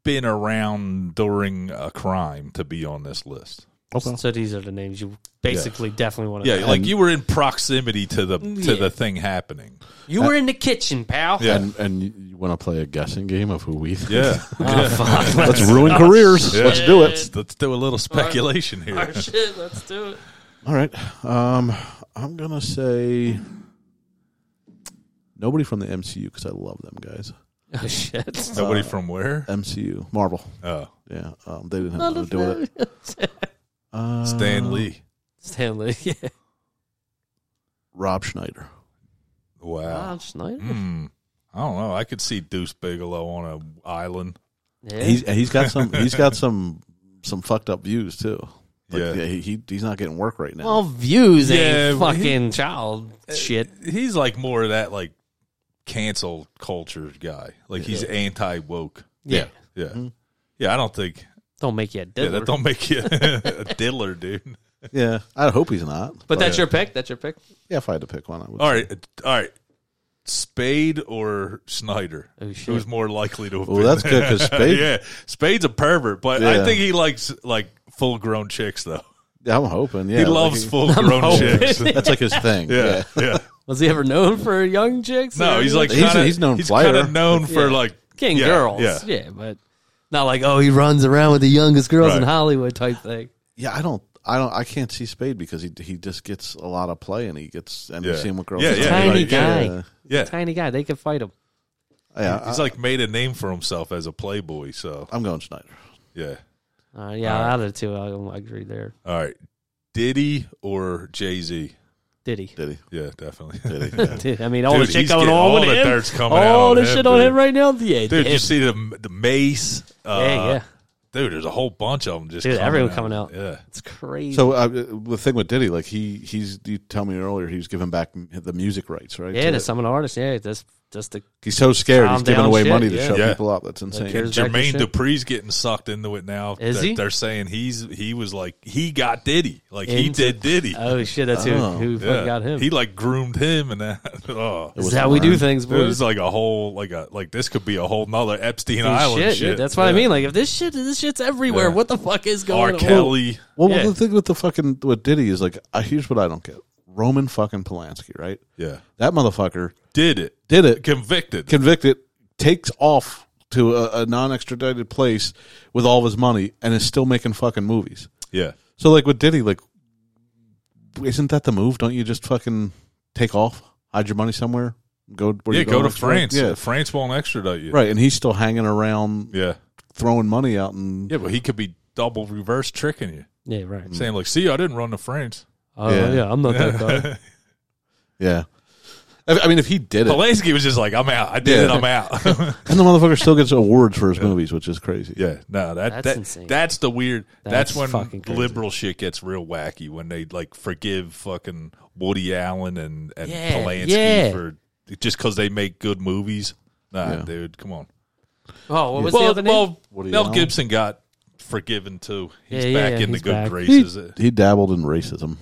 [SPEAKER 2] been around during a crime to be on this list.
[SPEAKER 1] Okay.
[SPEAKER 3] So these are the names you basically definitely want to.
[SPEAKER 2] Yeah,
[SPEAKER 3] know.
[SPEAKER 2] like you were in proximity to the to
[SPEAKER 3] Yeah.
[SPEAKER 2] the thing
[SPEAKER 1] [laughs]
[SPEAKER 2] happening.
[SPEAKER 3] you were in the kitchen, pal.
[SPEAKER 2] Yeah.
[SPEAKER 1] And and you want to play a guessing game of who we think?
[SPEAKER 2] Yeah,
[SPEAKER 3] [laughs] Oh, fuck.
[SPEAKER 1] Let's ruin careers.
[SPEAKER 2] Yeah.
[SPEAKER 1] Let's do it.
[SPEAKER 2] let's do a little speculation here.
[SPEAKER 3] Our Oh, shit. Let's do it.
[SPEAKER 1] [laughs] All right. Um, I'm gonna say nobody from the MCU because I love them guys.
[SPEAKER 3] Oh shit.
[SPEAKER 2] Nobody
[SPEAKER 1] [laughs]
[SPEAKER 2] from where?
[SPEAKER 1] MCU Marvel.
[SPEAKER 2] Oh,
[SPEAKER 1] Yeah. Um, they didn't have nothing to do with it.
[SPEAKER 3] [laughs]
[SPEAKER 1] Uh,
[SPEAKER 2] Stan Lee.
[SPEAKER 3] Stanley. [laughs] Yeah.
[SPEAKER 1] Rob Schneider.
[SPEAKER 2] Wow.
[SPEAKER 3] Rob Schneider.
[SPEAKER 2] Hmm. I don't know. I could see Deuce Bigelow on an island.
[SPEAKER 3] Yeah.
[SPEAKER 1] He's he's got some he's
[SPEAKER 2] [laughs]
[SPEAKER 1] got some some fucked up views too. Like,
[SPEAKER 2] Yeah.
[SPEAKER 1] he, he he's not getting work right now.
[SPEAKER 3] well, views
[SPEAKER 2] Yeah,
[SPEAKER 3] ain't
[SPEAKER 2] but he- Uh,
[SPEAKER 3] fucking child shit.
[SPEAKER 2] He's like more of that like cancel culture guy. Like he's anti woke.
[SPEAKER 3] Yeah.
[SPEAKER 2] Yeah.
[SPEAKER 1] Mm-hmm.
[SPEAKER 2] Yeah, I don't think
[SPEAKER 3] Don't make you a
[SPEAKER 2] yeah,
[SPEAKER 3] diddler.
[SPEAKER 2] that don't make
[SPEAKER 1] [laughs]
[SPEAKER 2] you [laughs] a diddler, dude.
[SPEAKER 1] yeah. I hope he's not.
[SPEAKER 3] but
[SPEAKER 2] Oh,
[SPEAKER 3] that's your pick. That's your pick.
[SPEAKER 1] Yeah, if I had to pick one, I would.
[SPEAKER 2] All right. All right. Spade or Snyder?
[SPEAKER 3] Oh, shit.
[SPEAKER 2] Who's more likely to have
[SPEAKER 1] Well,
[SPEAKER 2] been
[SPEAKER 1] that's good
[SPEAKER 2] [laughs]
[SPEAKER 1] because Spade.
[SPEAKER 2] yeah. Spade's a pervert, but I
[SPEAKER 1] Yeah.
[SPEAKER 2] think he likes like full grown chicks though.
[SPEAKER 1] yeah, I'm hoping. Yeah,
[SPEAKER 2] He
[SPEAKER 1] like
[SPEAKER 2] loves
[SPEAKER 1] he- [laughs]
[SPEAKER 2] full grown chicks.
[SPEAKER 1] That's like his thing. yeah.
[SPEAKER 2] [laughs] Yeah.
[SPEAKER 3] [laughs]
[SPEAKER 2] Yeah.
[SPEAKER 3] Was he ever known for young chicks? or
[SPEAKER 2] No, he's like
[SPEAKER 1] He's-
[SPEAKER 2] kinda,
[SPEAKER 1] he's known
[SPEAKER 2] kinda
[SPEAKER 1] flyer.
[SPEAKER 2] known for
[SPEAKER 3] Yeah.
[SPEAKER 2] like
[SPEAKER 3] getting
[SPEAKER 2] yeah,
[SPEAKER 3] girls.
[SPEAKER 2] Yeah.
[SPEAKER 3] Yeah. but not like oh, he runs around with the youngest girls in
[SPEAKER 2] Right.
[SPEAKER 3] Hollywood type thing.
[SPEAKER 1] Yeah, I don't, I don't, I can't see Spade because he he just gets a lot of play and he gets and
[SPEAKER 2] Yeah.
[SPEAKER 1] you see him with girls.
[SPEAKER 2] Yeah, yeah,
[SPEAKER 3] Tiny
[SPEAKER 2] like,
[SPEAKER 3] guy,
[SPEAKER 1] yeah.
[SPEAKER 2] Yeah.
[SPEAKER 3] tiny guy. They could fight him.
[SPEAKER 1] yeah.
[SPEAKER 2] He's like made a name for himself as a playboy, so
[SPEAKER 1] I, am going Schneider.
[SPEAKER 2] yeah.
[SPEAKER 3] Uh, yeah,
[SPEAKER 2] All right.
[SPEAKER 3] out of the two, I I agree there.
[SPEAKER 2] All right. Diddy or Jay Z?
[SPEAKER 3] Did he?
[SPEAKER 1] Did he?
[SPEAKER 2] Yeah, definitely.
[SPEAKER 1] Did he? Yeah.
[SPEAKER 3] [laughs] Dude, I mean, all
[SPEAKER 2] Dude,
[SPEAKER 3] the shit
[SPEAKER 2] he's
[SPEAKER 3] going
[SPEAKER 2] getting-
[SPEAKER 3] on
[SPEAKER 2] all
[SPEAKER 3] with
[SPEAKER 2] the
[SPEAKER 3] him.
[SPEAKER 2] dirt's coming out
[SPEAKER 3] all
[SPEAKER 2] on
[SPEAKER 3] the
[SPEAKER 2] him,
[SPEAKER 3] shit on
[SPEAKER 2] dude.
[SPEAKER 3] him right now. Yeah,
[SPEAKER 2] [laughs] Dude,
[SPEAKER 3] him.
[SPEAKER 2] you see the the mace? Uh,
[SPEAKER 3] yeah, yeah.
[SPEAKER 2] Dude, there's a whole bunch of them just
[SPEAKER 3] Dude,
[SPEAKER 2] coming
[SPEAKER 3] everyone
[SPEAKER 2] out.
[SPEAKER 3] coming out.
[SPEAKER 2] Yeah.
[SPEAKER 3] It's crazy.
[SPEAKER 1] So uh, the thing with Diddy, like he he's you tell me earlier he was giving back m- the music rights, right?
[SPEAKER 3] yeah,
[SPEAKER 1] To
[SPEAKER 3] to
[SPEAKER 1] it.
[SPEAKER 3] some of the artists, yeah, just just the
[SPEAKER 1] he's so scared he's
[SPEAKER 3] calm
[SPEAKER 1] giving
[SPEAKER 3] down
[SPEAKER 1] away
[SPEAKER 3] shit,
[SPEAKER 1] money to
[SPEAKER 3] yeah.
[SPEAKER 1] shut
[SPEAKER 2] Yeah.
[SPEAKER 1] people up. That's insane.
[SPEAKER 3] cares? Back
[SPEAKER 2] Jermaine
[SPEAKER 3] and shit.
[SPEAKER 2] Dupree's getting sucked into it now.
[SPEAKER 3] Is
[SPEAKER 2] They're-
[SPEAKER 3] he?
[SPEAKER 2] They're saying he's he was like he got Diddy, like he
[SPEAKER 3] Into-
[SPEAKER 2] did Diddy.
[SPEAKER 3] oh shit, that's
[SPEAKER 1] Oh,
[SPEAKER 3] who who
[SPEAKER 2] Yeah.
[SPEAKER 3] fucking got him.
[SPEAKER 2] He like groomed him, and that. [laughs] Oh,
[SPEAKER 1] It
[SPEAKER 3] This
[SPEAKER 1] was
[SPEAKER 3] is how we do
[SPEAKER 1] learned.
[SPEAKER 3] things,
[SPEAKER 2] dude,
[SPEAKER 3] boys.
[SPEAKER 2] it's like a whole like a like this could be a whole nother Epstein
[SPEAKER 3] Dude,
[SPEAKER 2] Island
[SPEAKER 3] shit,
[SPEAKER 2] shit.
[SPEAKER 3] dude, that's what I
[SPEAKER 2] Yeah.
[SPEAKER 3] mean. Like if this shit, this shit's everywhere.
[SPEAKER 2] Yeah.
[SPEAKER 3] What the fuck is
[SPEAKER 2] R.
[SPEAKER 3] going on?
[SPEAKER 2] Kelly.
[SPEAKER 1] Well,
[SPEAKER 3] Yeah.
[SPEAKER 1] the thing with the fucking with Diddy is like uh, here's what I don't get: Roman fucking Polanski, right?
[SPEAKER 2] Yeah,
[SPEAKER 1] That motherfucker
[SPEAKER 2] did it.
[SPEAKER 1] did it,
[SPEAKER 2] Convicted.
[SPEAKER 1] convicted, takes off to a, a non-extradited place with all of his money, and is still making fucking movies.
[SPEAKER 2] yeah.
[SPEAKER 1] So like with Diddy, like isn't that the move? Don't you just fucking take off, hide your money somewhere, go where
[SPEAKER 2] Yeah,
[SPEAKER 1] you
[SPEAKER 2] go to
[SPEAKER 1] next, right?
[SPEAKER 2] France.
[SPEAKER 1] Yeah,
[SPEAKER 2] France won't extradite you.
[SPEAKER 1] right. And he's still hanging around,
[SPEAKER 2] Yeah.
[SPEAKER 1] throwing money out, and
[SPEAKER 2] Yeah, but he could be double reverse tricking you,
[SPEAKER 3] Yeah, right.
[SPEAKER 2] saying like, "See, I didn't run to France."
[SPEAKER 3] Oh
[SPEAKER 1] Yeah.
[SPEAKER 3] yeah. I'm not
[SPEAKER 2] [laughs]
[SPEAKER 3] that guy.
[SPEAKER 1] yeah. I I mean, if he did it,
[SPEAKER 2] Polanski was just like, "I'm out. I did
[SPEAKER 1] Yeah.
[SPEAKER 2] it. I'm out." [laughs]
[SPEAKER 1] and the motherfucker still gets awards for his movies, which is crazy.
[SPEAKER 2] yeah, no, that,
[SPEAKER 3] That's
[SPEAKER 2] that-
[SPEAKER 3] insane.
[SPEAKER 2] That's the weird. That's,
[SPEAKER 3] That's
[SPEAKER 2] when
[SPEAKER 3] fucking crazy.
[SPEAKER 2] liberal shit gets real wacky when they like forgive fucking Woody Allen and and
[SPEAKER 3] Yeah,
[SPEAKER 2] Polanski
[SPEAKER 3] yeah.
[SPEAKER 2] for just because they make good movies. Nah,
[SPEAKER 1] Yeah.
[SPEAKER 2] dude, come on.
[SPEAKER 3] Oh, what was the
[SPEAKER 2] well,
[SPEAKER 3] other name?
[SPEAKER 2] well,
[SPEAKER 1] Woody
[SPEAKER 2] Mel
[SPEAKER 1] Allen?
[SPEAKER 2] Gibson got forgiven too. He's
[SPEAKER 3] Yeah, yeah,
[SPEAKER 2] back
[SPEAKER 3] yeah,
[SPEAKER 2] in the
[SPEAKER 3] he's
[SPEAKER 2] good
[SPEAKER 3] back.
[SPEAKER 1] He,
[SPEAKER 2] graces.
[SPEAKER 1] he dabbled in racism,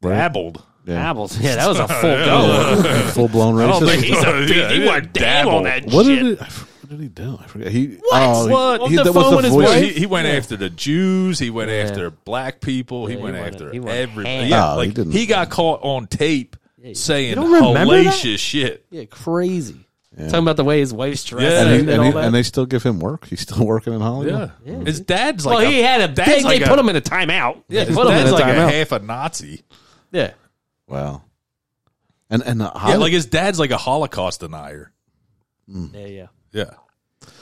[SPEAKER 2] Dabbled.
[SPEAKER 1] Yeah.
[SPEAKER 3] [laughs] Apples.
[SPEAKER 2] [laughs]
[SPEAKER 3] Yeah, that was a full go.
[SPEAKER 1] full blown
[SPEAKER 3] I don't think
[SPEAKER 1] racism.
[SPEAKER 3] he's a
[SPEAKER 2] [laughs]
[SPEAKER 3] dude.
[SPEAKER 2] Yeah,
[SPEAKER 3] you
[SPEAKER 2] yeah,
[SPEAKER 3] are damn
[SPEAKER 2] dabble.
[SPEAKER 3] on that
[SPEAKER 1] What
[SPEAKER 3] shit.
[SPEAKER 1] did, it, I f- what did he do? I forget. He,
[SPEAKER 3] What?
[SPEAKER 1] oh, he-
[SPEAKER 3] What?
[SPEAKER 1] he-
[SPEAKER 3] On the
[SPEAKER 1] that was
[SPEAKER 3] phone with his
[SPEAKER 1] voice-
[SPEAKER 3] wife?
[SPEAKER 2] He, he went after the Jews. He went
[SPEAKER 3] Yeah.
[SPEAKER 2] after black people. he
[SPEAKER 3] he
[SPEAKER 2] went
[SPEAKER 3] went-
[SPEAKER 2] after
[SPEAKER 3] he went
[SPEAKER 2] everything.
[SPEAKER 3] ham.
[SPEAKER 2] Yeah,
[SPEAKER 1] No,
[SPEAKER 2] like
[SPEAKER 1] Oh, he
[SPEAKER 2] he,
[SPEAKER 1] didn't.
[SPEAKER 2] got caught on tape
[SPEAKER 3] you
[SPEAKER 2] saying
[SPEAKER 3] don't remember that?
[SPEAKER 2] hellacious shit.
[SPEAKER 3] Yeah, crazy.
[SPEAKER 1] Yeah.
[SPEAKER 3] Talking about the way his wife's dressed
[SPEAKER 2] Yeah.
[SPEAKER 1] And,
[SPEAKER 3] and,
[SPEAKER 1] he, and,
[SPEAKER 3] all
[SPEAKER 1] he,
[SPEAKER 3] that.
[SPEAKER 1] and they still give him work. He's still [laughs] working in Hollywood.
[SPEAKER 2] Yeah. his dad's like
[SPEAKER 3] well,
[SPEAKER 2] a,
[SPEAKER 3] he had a
[SPEAKER 2] dad's
[SPEAKER 3] big.
[SPEAKER 2] like
[SPEAKER 3] they put him in a timeout.
[SPEAKER 2] Yeah,
[SPEAKER 3] Yeah,
[SPEAKER 2] his
[SPEAKER 3] put him in
[SPEAKER 2] dad's
[SPEAKER 3] a
[SPEAKER 2] like a
[SPEAKER 3] timeout.
[SPEAKER 2] half a Nazi.
[SPEAKER 3] yeah,
[SPEAKER 1] Wow. And and uh,
[SPEAKER 2] Yeah, like his dad's like a Holocaust denier.
[SPEAKER 3] yeah, yeah.
[SPEAKER 2] Yeah,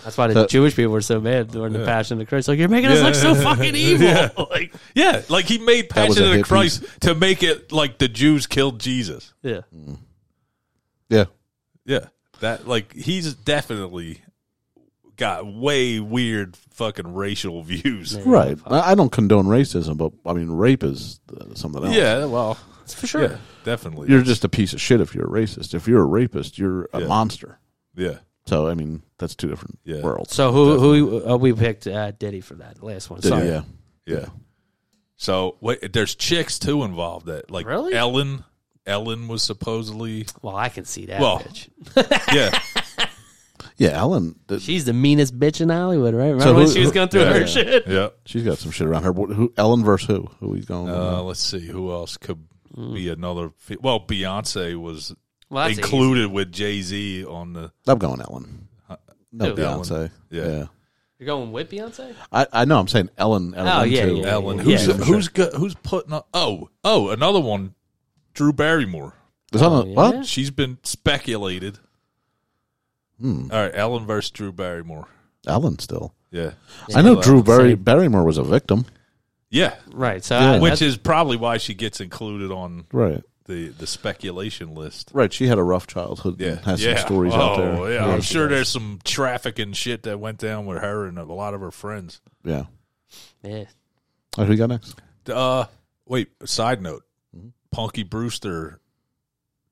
[SPEAKER 3] That's why the
[SPEAKER 1] So-
[SPEAKER 3] Jewish people were so mad during the Passion of Christ. Like you're making us
[SPEAKER 2] Yeah.
[SPEAKER 3] look
[SPEAKER 2] [laughs]
[SPEAKER 3] so fucking evil.
[SPEAKER 2] Yeah.
[SPEAKER 3] [laughs] Like,
[SPEAKER 2] yeah. Like he made
[SPEAKER 1] was
[SPEAKER 2] Passion
[SPEAKER 1] a
[SPEAKER 2] of the
[SPEAKER 1] hit
[SPEAKER 2] Christ to make it like the Jews killed Jesus.
[SPEAKER 3] yeah.
[SPEAKER 1] yeah.
[SPEAKER 2] Yeah, that like he's definitely got way weird fucking racial [laughs] views.
[SPEAKER 1] Right. I I don't condone racism, but I mean, rape is uh, something else.
[SPEAKER 2] Yeah, well,
[SPEAKER 3] That's for sure.
[SPEAKER 2] yeah, definitely.
[SPEAKER 1] You're just a piece of shit if you're a racist. If you're a rapist, you're a
[SPEAKER 2] Yeah.
[SPEAKER 1] monster.
[SPEAKER 2] yeah.
[SPEAKER 1] So, I mean, that's two different
[SPEAKER 2] Yeah.
[SPEAKER 1] worlds.
[SPEAKER 3] So who who uh, we picked uh, Diddy for that last one?
[SPEAKER 1] So,
[SPEAKER 3] Sorry.
[SPEAKER 1] yeah.
[SPEAKER 2] Yeah. So wait, there's chicks too involved that like
[SPEAKER 3] Really?
[SPEAKER 2] Ellen. Ellen
[SPEAKER 1] [laughs]
[SPEAKER 2] was supposedly
[SPEAKER 3] Well, I can see that
[SPEAKER 2] Well.
[SPEAKER 3] bitch.
[SPEAKER 2] yeah
[SPEAKER 1] Yeah, Ellen, th-
[SPEAKER 3] She's the meanest bitch in Hollywood, right? Remember
[SPEAKER 1] So
[SPEAKER 3] when
[SPEAKER 1] who-
[SPEAKER 3] she was
[SPEAKER 1] who-
[SPEAKER 3] going through
[SPEAKER 2] yeah,
[SPEAKER 3] her
[SPEAKER 2] yeah.
[SPEAKER 3] shit?
[SPEAKER 2] yeah.
[SPEAKER 1] she's got some shit around her. What- Who, Ellen versus who? Who we going?
[SPEAKER 2] Uh, let's see who else could be
[SPEAKER 1] Hmm.
[SPEAKER 2] another. fe- Well, Beyonce was
[SPEAKER 3] Well, that's easy.
[SPEAKER 2] included with Jay Z on the.
[SPEAKER 1] I'm going Ellen. No,
[SPEAKER 3] who?
[SPEAKER 1] Beyonce.
[SPEAKER 2] Yeah.
[SPEAKER 1] Yeah.
[SPEAKER 3] You're going with Beyonce?
[SPEAKER 1] I, I know. I'm saying Ellen. Ellen
[SPEAKER 3] Oh, yeah,
[SPEAKER 1] too.
[SPEAKER 3] yeah,
[SPEAKER 2] Ellen,
[SPEAKER 3] yeah,
[SPEAKER 2] who's
[SPEAKER 1] yeah, for
[SPEAKER 2] who's go- who's putting up? Oh, oh, another one, Drew Barrymore.
[SPEAKER 1] Is that a-
[SPEAKER 3] yeah.
[SPEAKER 1] what?
[SPEAKER 2] She's been speculated.
[SPEAKER 1] Hmm.
[SPEAKER 2] All right, Ellen versus Drew Barrymore.
[SPEAKER 1] Ellen still.
[SPEAKER 2] Yeah,
[SPEAKER 1] I know Drew
[SPEAKER 2] Still
[SPEAKER 1] Barry,
[SPEAKER 3] Same.
[SPEAKER 1] Barrymore was a victim.
[SPEAKER 2] yeah,
[SPEAKER 3] Right. So
[SPEAKER 1] Yeah.
[SPEAKER 3] I,
[SPEAKER 2] which is probably why she gets included on
[SPEAKER 1] Right.
[SPEAKER 2] the the speculation list.
[SPEAKER 1] Right. She had a rough childhood.
[SPEAKER 2] Yeah,
[SPEAKER 1] and Has
[SPEAKER 2] yeah.
[SPEAKER 1] some stories out
[SPEAKER 2] Oh,
[SPEAKER 1] there.
[SPEAKER 2] Yeah, I'm sure there's some traffic and shit that went down with her and a lot of her friends.
[SPEAKER 1] Yeah.
[SPEAKER 3] yeah.
[SPEAKER 1] All right, who you got next?
[SPEAKER 2] Uh, wait. Side note:
[SPEAKER 1] Mm-hmm.
[SPEAKER 2] Punky Brewster,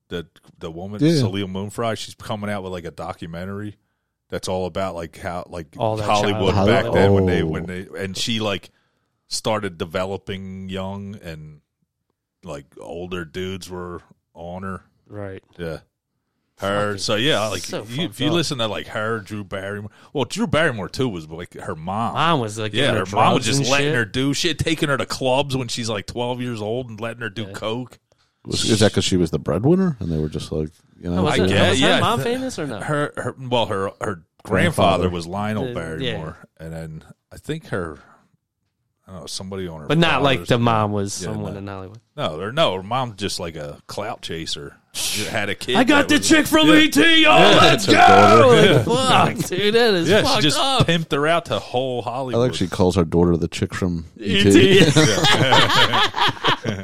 [SPEAKER 2] the the woman
[SPEAKER 1] Yeah.
[SPEAKER 2] Salil Moonfry, she's coming out with like a documentary that's all about like how like
[SPEAKER 3] All that
[SPEAKER 2] Hollywood
[SPEAKER 1] child-
[SPEAKER 2] back then when they
[SPEAKER 1] Oh.
[SPEAKER 2] when they and she like started developing young and like older dudes were on her.
[SPEAKER 3] Right.
[SPEAKER 2] Yeah. Her, so yeah, like
[SPEAKER 3] so
[SPEAKER 2] you, if
[SPEAKER 3] fucked
[SPEAKER 2] you
[SPEAKER 3] up.
[SPEAKER 2] listen to like her, Drew Barrymore. Well, Drew Barrymore too was like her mom.
[SPEAKER 3] Mom was like,
[SPEAKER 2] Yeah, her, mom was just letting
[SPEAKER 3] shit.
[SPEAKER 2] her do shit, taking her to clubs when she's like 12 years old and letting her do coke.
[SPEAKER 1] Was, is that because she was the breadwinner and they were just like, you know,
[SPEAKER 3] Oh, was,
[SPEAKER 2] I
[SPEAKER 3] it,
[SPEAKER 2] guess,
[SPEAKER 3] was her
[SPEAKER 2] yeah.
[SPEAKER 3] mom famous or no?
[SPEAKER 2] Her, her well, her her grandfather, was Lionel
[SPEAKER 3] Uh,
[SPEAKER 2] Barrymore, and then I think her, I don't know, somebody on her,
[SPEAKER 3] but not like
[SPEAKER 2] father's-
[SPEAKER 3] the mom was
[SPEAKER 2] Yeah,
[SPEAKER 3] someone
[SPEAKER 2] no.
[SPEAKER 3] in Hollywood.
[SPEAKER 2] No, there, no, her mom's just like a clout chaser. She had a kid.
[SPEAKER 3] I
[SPEAKER 2] that
[SPEAKER 3] got the
[SPEAKER 2] was-
[SPEAKER 3] chick from
[SPEAKER 2] Yeah.
[SPEAKER 3] E.T. Oh, let's
[SPEAKER 1] Her
[SPEAKER 3] go!
[SPEAKER 1] daughter.
[SPEAKER 3] Like, fuck, dude, that
[SPEAKER 2] [laughs]
[SPEAKER 3] is
[SPEAKER 2] Yeah, she
[SPEAKER 3] fucked
[SPEAKER 2] just
[SPEAKER 3] up.
[SPEAKER 2] pimped her out to whole
[SPEAKER 1] I
[SPEAKER 2] Hollywood.
[SPEAKER 1] like she calls her daughter the chick from E
[SPEAKER 2] E
[SPEAKER 1] E.T.
[SPEAKER 3] E.T. [laughs] I got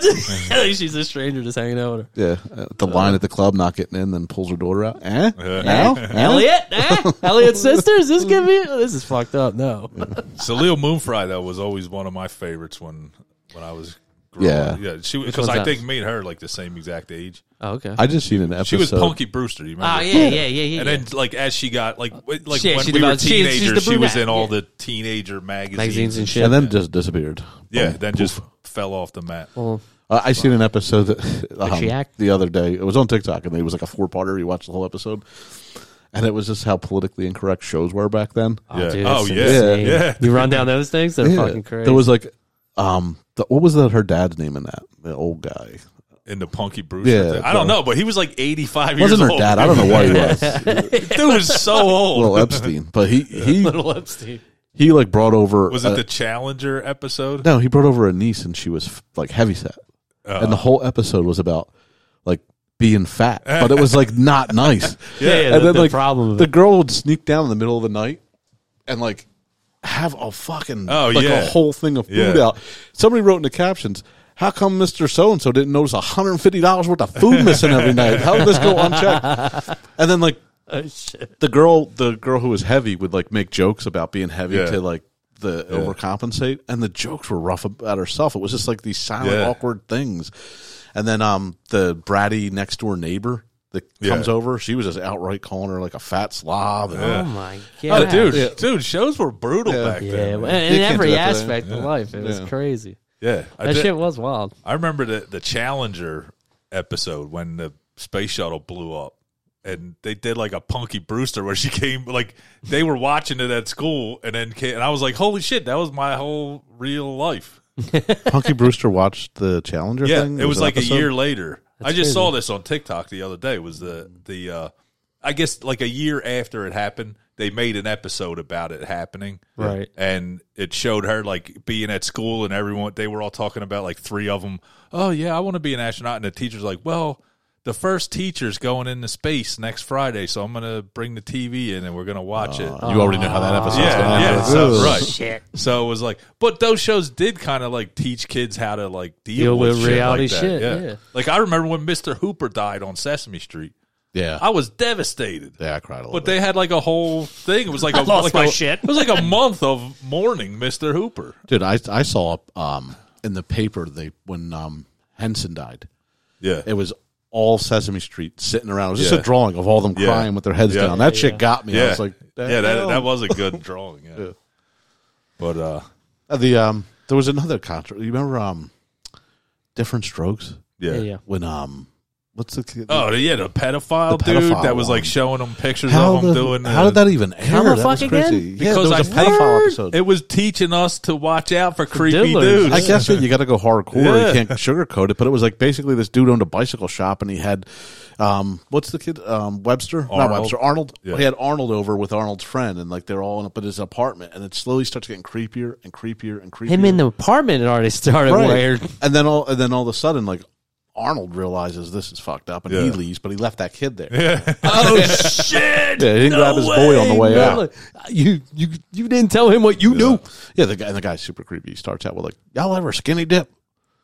[SPEAKER 3] the- like Oh, [laughs] she's a stranger just hanging out with her.
[SPEAKER 1] Yeah, at
[SPEAKER 2] Uh,
[SPEAKER 1] the line at the club, not getting in, then pulls her daughter out. Eh?
[SPEAKER 2] [laughs]
[SPEAKER 1] Now? Eh?
[SPEAKER 3] Elliot, eh? Elliot's sisters. This could be. This is fucked up. No,
[SPEAKER 2] Salil Moonfry though was always one of my favorites when when I was growing
[SPEAKER 1] Yeah.
[SPEAKER 2] up. Yeah, she because
[SPEAKER 3] one's
[SPEAKER 2] I
[SPEAKER 3] that?
[SPEAKER 2] think me and her like the same exact age.
[SPEAKER 3] oh, okay.
[SPEAKER 1] I just seen an episode.
[SPEAKER 2] She was Punky Brewster. You [laughs] remember?
[SPEAKER 3] Oh yeah, yeah, yeah, yeah.
[SPEAKER 2] And then, like as she got like w- like
[SPEAKER 3] Yeah,
[SPEAKER 2] when we
[SPEAKER 3] she
[SPEAKER 2] were
[SPEAKER 3] developed- she- she's
[SPEAKER 2] teenagers,
[SPEAKER 3] the
[SPEAKER 2] she was
[SPEAKER 3] brunette,
[SPEAKER 2] in all
[SPEAKER 3] yeah.
[SPEAKER 2] the teenager magazines,
[SPEAKER 3] magazines and shit.
[SPEAKER 1] and then just disappeared.
[SPEAKER 2] Yeah,
[SPEAKER 1] Boom.
[SPEAKER 2] then just fell off the mat.
[SPEAKER 1] Uh, I seen an episode that [laughs] um,
[SPEAKER 3] she act?
[SPEAKER 1] the other day. It was on TikTok, and it was like a four-parter. You watched the whole episode, and it was just how politically incorrect shows were back then.
[SPEAKER 2] yeah.
[SPEAKER 3] Dude,
[SPEAKER 2] oh
[SPEAKER 3] that's
[SPEAKER 2] yeah,
[SPEAKER 3] insane.
[SPEAKER 2] yeah.
[SPEAKER 3] You run down those things, they're
[SPEAKER 1] Yeah.
[SPEAKER 3] fucking crazy.
[SPEAKER 1] There was like, um, the, what was that? Her dad's name in that the old guy
[SPEAKER 2] In the Punky Brewster.
[SPEAKER 1] Yeah,
[SPEAKER 2] thing. I don't
[SPEAKER 1] bro.
[SPEAKER 2] know, but he was like eighty five years
[SPEAKER 1] wasn't her
[SPEAKER 2] old.
[SPEAKER 1] dad. I don't know why he was
[SPEAKER 2] [laughs] Dude was
[SPEAKER 1] [laughs]
[SPEAKER 2] so old.
[SPEAKER 1] little Epstein, but he he
[SPEAKER 3] [laughs] little Epstein.
[SPEAKER 1] he like brought over.
[SPEAKER 2] Was it
[SPEAKER 1] a-
[SPEAKER 2] the Challenger episode?
[SPEAKER 1] No, he brought over a niece, and she was like heavyset, and the
[SPEAKER 2] Oh.
[SPEAKER 1] whole episode was about like being fat, but it was like not
[SPEAKER 2] [laughs]
[SPEAKER 1] nice.
[SPEAKER 3] Yeah, yeah,
[SPEAKER 1] and
[SPEAKER 3] the, the problem. Of
[SPEAKER 1] the
[SPEAKER 3] it.
[SPEAKER 1] girl would sneak down in the middle of the night and like have a fucking
[SPEAKER 2] Oh,
[SPEAKER 1] like
[SPEAKER 2] yeah.
[SPEAKER 1] a whole thing of food
[SPEAKER 2] Yeah.
[SPEAKER 1] out. Somebody wrote in the captions. How come Mr. So and so didn't notice $150 worth of
[SPEAKER 3] [laughs]
[SPEAKER 1] food missing every night? How did this go unchecked? And then, like,
[SPEAKER 3] Oh, shit.
[SPEAKER 1] the girl the girl who was heavy would like make jokes about being heavy
[SPEAKER 2] Yeah.
[SPEAKER 1] to like the overcompensate and the jokes were rough about herself it was just like these silent
[SPEAKER 2] Yeah.
[SPEAKER 1] awkward things and then um the bratty next door neighbor that
[SPEAKER 2] Yeah.
[SPEAKER 1] comes over she was just outright calling her like a fat slob and,
[SPEAKER 3] Oh my god,
[SPEAKER 2] Oh, dude, dude, shows were brutal back
[SPEAKER 3] Yeah,
[SPEAKER 2] then.
[SPEAKER 3] well,
[SPEAKER 2] man.
[SPEAKER 3] in
[SPEAKER 1] You can't do
[SPEAKER 3] every
[SPEAKER 1] that today.
[SPEAKER 3] aspect of life, it was
[SPEAKER 1] Yeah.
[SPEAKER 3] crazy.
[SPEAKER 2] Yeah, I,
[SPEAKER 3] That
[SPEAKER 2] did-
[SPEAKER 3] shit was wild.
[SPEAKER 2] I remember the the Challenger episode when the space shuttle blew up, and they did like a Punky Brewster where she [laughs] came like they were watching it at school, and then came, and I was like, holy shit, that was my whole real life.
[SPEAKER 1] punky brewster watched the challenger
[SPEAKER 2] Yeah,
[SPEAKER 1] thing
[SPEAKER 2] it was
[SPEAKER 1] an
[SPEAKER 2] like
[SPEAKER 1] episode?
[SPEAKER 2] a year later. I just
[SPEAKER 3] crazy.
[SPEAKER 2] saw this on TikTok the other day. It was the the uh, I guess like a year after it happened, they made an episode about it happening,
[SPEAKER 3] Right.
[SPEAKER 2] And it showed her like being at school and everyone they were all talking about like three of them. Oh yeah, I want to be an astronaut, and the teacher's like, well. The first teacher's going into space next Friday, so I'm gonna bring the TV in and we're gonna watch it.
[SPEAKER 1] you already know how that episode's
[SPEAKER 2] Yeah,
[SPEAKER 1] gonna
[SPEAKER 2] yeah,
[SPEAKER 1] end.
[SPEAKER 2] so,
[SPEAKER 1] Ugh.
[SPEAKER 2] right.
[SPEAKER 3] Shit.
[SPEAKER 2] So it was like, but those shows did kind of like teach kids how to like deal,
[SPEAKER 3] Deal
[SPEAKER 2] with,
[SPEAKER 3] with
[SPEAKER 2] shit
[SPEAKER 3] reality
[SPEAKER 2] like that.
[SPEAKER 3] shit,
[SPEAKER 2] Yeah.
[SPEAKER 3] yeah.
[SPEAKER 2] like I remember when Mr. Hooper died on Sesame Street.
[SPEAKER 1] Yeah.
[SPEAKER 2] I was devastated.
[SPEAKER 1] yeah, I cried a little.
[SPEAKER 2] But
[SPEAKER 1] bit.
[SPEAKER 2] they had like a whole thing. It
[SPEAKER 3] [laughs]
[SPEAKER 2] was like a,
[SPEAKER 3] lost
[SPEAKER 2] like
[SPEAKER 3] my
[SPEAKER 2] a-
[SPEAKER 3] shit.
[SPEAKER 2] It was like a month of mourning Mr. Hooper.
[SPEAKER 1] dude, I I saw um in the paper they when um Henson died,
[SPEAKER 2] Yeah.
[SPEAKER 1] it was all Sesame Street sitting around. It was just
[SPEAKER 2] Yeah.
[SPEAKER 1] a drawing of all them
[SPEAKER 2] Yeah.
[SPEAKER 1] crying with their heads
[SPEAKER 2] Yeah.
[SPEAKER 1] down. That shit got me.
[SPEAKER 2] yeah.
[SPEAKER 1] I was like,
[SPEAKER 2] yeah, that,
[SPEAKER 1] "Damn."
[SPEAKER 2] that was a good drawing.
[SPEAKER 1] [laughs]
[SPEAKER 2] Yeah. But uh
[SPEAKER 1] Uh, the um there was another concert. You remember um different strokes
[SPEAKER 2] yeah.
[SPEAKER 3] yeah, yeah.
[SPEAKER 1] when um what's the kid-
[SPEAKER 2] Oh, yeah, the pedophile
[SPEAKER 1] The
[SPEAKER 2] dude
[SPEAKER 1] pedophile
[SPEAKER 2] that was
[SPEAKER 1] one.
[SPEAKER 2] like showing them pictures
[SPEAKER 1] how
[SPEAKER 2] of him
[SPEAKER 1] the,
[SPEAKER 2] doing
[SPEAKER 1] how
[SPEAKER 2] the-
[SPEAKER 1] did that even air?
[SPEAKER 3] the
[SPEAKER 1] That
[SPEAKER 3] fuck
[SPEAKER 1] was
[SPEAKER 3] again?
[SPEAKER 1] crazy. Yeah,
[SPEAKER 2] because
[SPEAKER 1] there
[SPEAKER 2] I
[SPEAKER 1] was a pedophile
[SPEAKER 2] heard
[SPEAKER 1] episode.
[SPEAKER 2] It was teaching us to watch out for creepy
[SPEAKER 3] diddlers.
[SPEAKER 2] dudes.
[SPEAKER 1] I guess it, you got to go hardcore.
[SPEAKER 2] Yeah.
[SPEAKER 1] You can't sugarcoat it, but it was like basically this dude owned a bicycle shop and he had, um, what's the kid? Um, Webster? Not
[SPEAKER 2] Arnold.
[SPEAKER 1] Webster. Arnold.
[SPEAKER 2] Yeah.
[SPEAKER 1] He had Arnold over with Arnold's friend, and like they're all up at his apartment, and it slowly starts getting creepier and creepier and creepier.
[SPEAKER 3] Him in the apartment had already started
[SPEAKER 1] Right.
[SPEAKER 3] weird.
[SPEAKER 1] and then all and then all of a sudden, like Arnold realizes this is fucked up, and he
[SPEAKER 2] Yeah.
[SPEAKER 1] leaves, but he left that kid there.
[SPEAKER 2] [laughs]
[SPEAKER 1] [laughs]
[SPEAKER 2] oh shit!
[SPEAKER 1] Yeah, he didn't grab his boy on the way out.
[SPEAKER 3] You you you didn't tell him what you knew.
[SPEAKER 1] Yeah, the guy and the guy's super creepy. He starts out with like, "Y'all ever skinny dip?"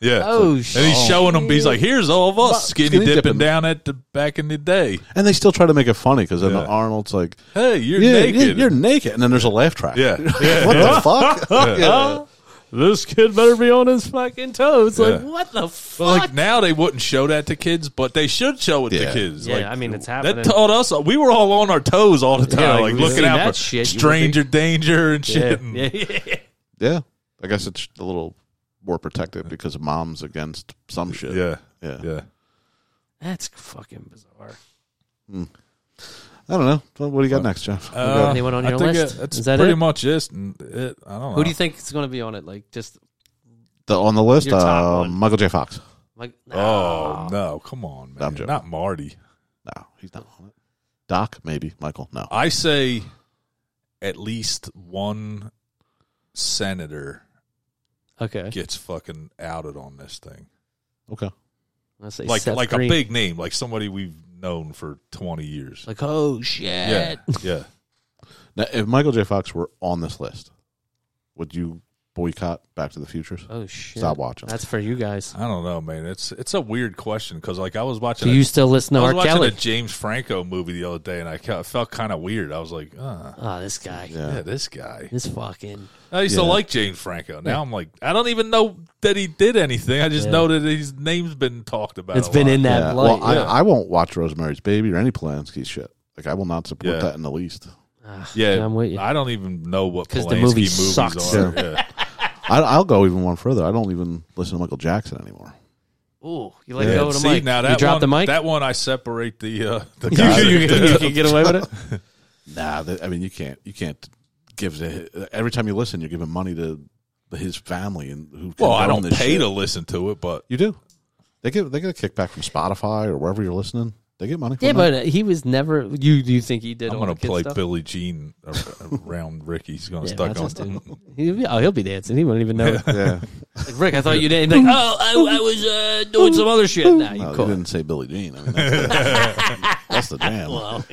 [SPEAKER 2] Yeah.
[SPEAKER 3] Oh,
[SPEAKER 2] and he's showing him. He's like, "Here's all of us skinny,
[SPEAKER 1] Skinny
[SPEAKER 2] dipping,
[SPEAKER 1] dipping.
[SPEAKER 2] down at the back in the day.
[SPEAKER 1] And they still try to make it funny because then
[SPEAKER 2] Yeah.
[SPEAKER 1] Arnold's like,
[SPEAKER 2] Hey, you're
[SPEAKER 1] yeah,
[SPEAKER 2] naked.
[SPEAKER 1] yeah, you're naked, and then there's a laugh track.
[SPEAKER 2] Yeah. Yeah.
[SPEAKER 1] [laughs] what the
[SPEAKER 2] [laughs]
[SPEAKER 1] fuck? Yeah.
[SPEAKER 3] This kid better be on his fucking toes. Like
[SPEAKER 2] Yeah.
[SPEAKER 3] what the
[SPEAKER 2] But,
[SPEAKER 3] fuck?
[SPEAKER 2] like now they wouldn't show that to kids, but they should show it
[SPEAKER 1] Yeah.
[SPEAKER 2] to kids.
[SPEAKER 3] Yeah,
[SPEAKER 2] like,
[SPEAKER 3] I mean, it's
[SPEAKER 2] that
[SPEAKER 3] happening.
[SPEAKER 2] taught us. We were all on our toes all the time,
[SPEAKER 3] Yeah, like,
[SPEAKER 2] like
[SPEAKER 3] we've
[SPEAKER 2] looking
[SPEAKER 3] seen
[SPEAKER 2] out
[SPEAKER 3] that
[SPEAKER 2] for
[SPEAKER 3] shit, you would
[SPEAKER 2] stranger danger and
[SPEAKER 3] yeah.
[SPEAKER 2] shit. and-
[SPEAKER 3] [laughs] yeah, yeah.
[SPEAKER 1] Yeah. I guess it's a little more protective because mom's against some shit.
[SPEAKER 2] yeah,
[SPEAKER 1] Yeah.
[SPEAKER 2] yeah.
[SPEAKER 3] That's fucking bizarre.
[SPEAKER 1] I don't know. What- What do you got next, Jeff?
[SPEAKER 2] Uh,
[SPEAKER 3] Anyone on
[SPEAKER 2] I
[SPEAKER 3] your
[SPEAKER 2] think
[SPEAKER 3] list?
[SPEAKER 2] it- that's
[SPEAKER 3] Is that
[SPEAKER 2] pretty
[SPEAKER 3] it?
[SPEAKER 2] much it. and it- I don't know.
[SPEAKER 3] Who do you think is going to be on it? Like just
[SPEAKER 1] The- on the list,
[SPEAKER 3] your top
[SPEAKER 1] uh,
[SPEAKER 3] one.
[SPEAKER 1] Michael J. Fox.
[SPEAKER 3] like
[SPEAKER 2] Oh no! Come on, man.
[SPEAKER 1] I'm joking.
[SPEAKER 2] Not Marty.
[SPEAKER 1] No, he's not on it. Doc, maybe. Michael, no.
[SPEAKER 2] I say at least one senator
[SPEAKER 3] Okay,
[SPEAKER 2] gets fucking outed on this thing.
[SPEAKER 1] Okay.
[SPEAKER 3] I say
[SPEAKER 2] Like
[SPEAKER 3] Seth
[SPEAKER 2] like a
[SPEAKER 3] Green.
[SPEAKER 2] big name, like somebody we've known for twenty years.
[SPEAKER 3] like oh shit.
[SPEAKER 2] yeah, yeah.
[SPEAKER 1] Now, if Michael J. Fox were on this list, would you boycott Back to the Futures?
[SPEAKER 3] Oh shit.
[SPEAKER 1] Stop watching.
[SPEAKER 3] That's for you guys.
[SPEAKER 2] I don't know, man. It's it's a weird question because like I was watching.
[SPEAKER 3] Do
[SPEAKER 2] a-
[SPEAKER 3] you still listen
[SPEAKER 2] I
[SPEAKER 3] to
[SPEAKER 2] was
[SPEAKER 3] R.
[SPEAKER 2] watching a
[SPEAKER 3] Kelly?
[SPEAKER 2] James Franco movie the other day, and I ca- felt kind of weird. I was like, uh,
[SPEAKER 3] Oh, this guy.
[SPEAKER 1] Yeah.
[SPEAKER 2] yeah, this guy.
[SPEAKER 3] This fucking.
[SPEAKER 2] I used to
[SPEAKER 1] Yeah.
[SPEAKER 2] like James Franco. Now I'm like, I don't even know that he did anything. I just
[SPEAKER 3] Yeah.
[SPEAKER 2] know that his name's been talked about.
[SPEAKER 3] It's
[SPEAKER 2] a
[SPEAKER 3] been
[SPEAKER 2] lot.
[SPEAKER 3] in that
[SPEAKER 1] Yeah.
[SPEAKER 3] light.
[SPEAKER 1] Well, I,
[SPEAKER 2] yeah.
[SPEAKER 1] I won't watch Rosemary's Baby or any Polanski shit. Like, I will not support
[SPEAKER 2] Yeah.
[SPEAKER 1] that in the least.
[SPEAKER 3] Ah,
[SPEAKER 2] Yeah,
[SPEAKER 3] I'm with you.
[SPEAKER 2] I don't even know what
[SPEAKER 3] 'Cause
[SPEAKER 2] Polanski
[SPEAKER 3] the movie
[SPEAKER 2] movies
[SPEAKER 3] sucks.
[SPEAKER 2] are.
[SPEAKER 3] [laughs]
[SPEAKER 2] Yeah.
[SPEAKER 1] I, I'll go even one further. I don't even listen to Michael Jackson anymore.
[SPEAKER 3] Ooh, you let
[SPEAKER 1] Yeah.
[SPEAKER 3] go of the
[SPEAKER 2] See,
[SPEAKER 3] mic.
[SPEAKER 2] now that
[SPEAKER 3] you dropped
[SPEAKER 2] one,
[SPEAKER 3] the mic.
[SPEAKER 2] That one I separate the
[SPEAKER 3] [laughs]
[SPEAKER 2] uh, the
[SPEAKER 3] you,
[SPEAKER 2] guy. that
[SPEAKER 3] you- you-
[SPEAKER 2] did
[SPEAKER 3] you
[SPEAKER 2] it.
[SPEAKER 3] can get away with it.
[SPEAKER 1] Nah, that, I mean you can't. You can't give the, every time you listen, you're giving money to his family and who.
[SPEAKER 2] [laughs] well, I
[SPEAKER 1] condone
[SPEAKER 2] don't
[SPEAKER 1] this
[SPEAKER 2] pay
[SPEAKER 1] shit.
[SPEAKER 2] to listen to it, but
[SPEAKER 1] You do. They get they get a kickback from Spotify or wherever you're listening. They get money. From
[SPEAKER 3] [laughs] Yeah,
[SPEAKER 1] that.
[SPEAKER 3] but he was never. You do you think he did?
[SPEAKER 2] I'm
[SPEAKER 3] going
[SPEAKER 2] gonna
[SPEAKER 3] to
[SPEAKER 2] play
[SPEAKER 3] stuff?
[SPEAKER 2] Billy Jean ar- around Ricky. He's gonna
[SPEAKER 3] Yeah,
[SPEAKER 2] stuck
[SPEAKER 3] that's
[SPEAKER 2] on.
[SPEAKER 3] what [laughs] he'll do. He'll be, oh, he'll be dancing. He won't even know. it.
[SPEAKER 1] yeah,
[SPEAKER 3] Like, Rick, I thought you didn't. Like, oh, I, I was uh, doing some other shit. Now
[SPEAKER 2] [laughs]
[SPEAKER 3] you
[SPEAKER 1] no,
[SPEAKER 2] Oh,
[SPEAKER 1] you
[SPEAKER 3] cool.
[SPEAKER 1] didn't say Billy Jean. I mean, that's the, that's the [laughs] jam.
[SPEAKER 3] Well,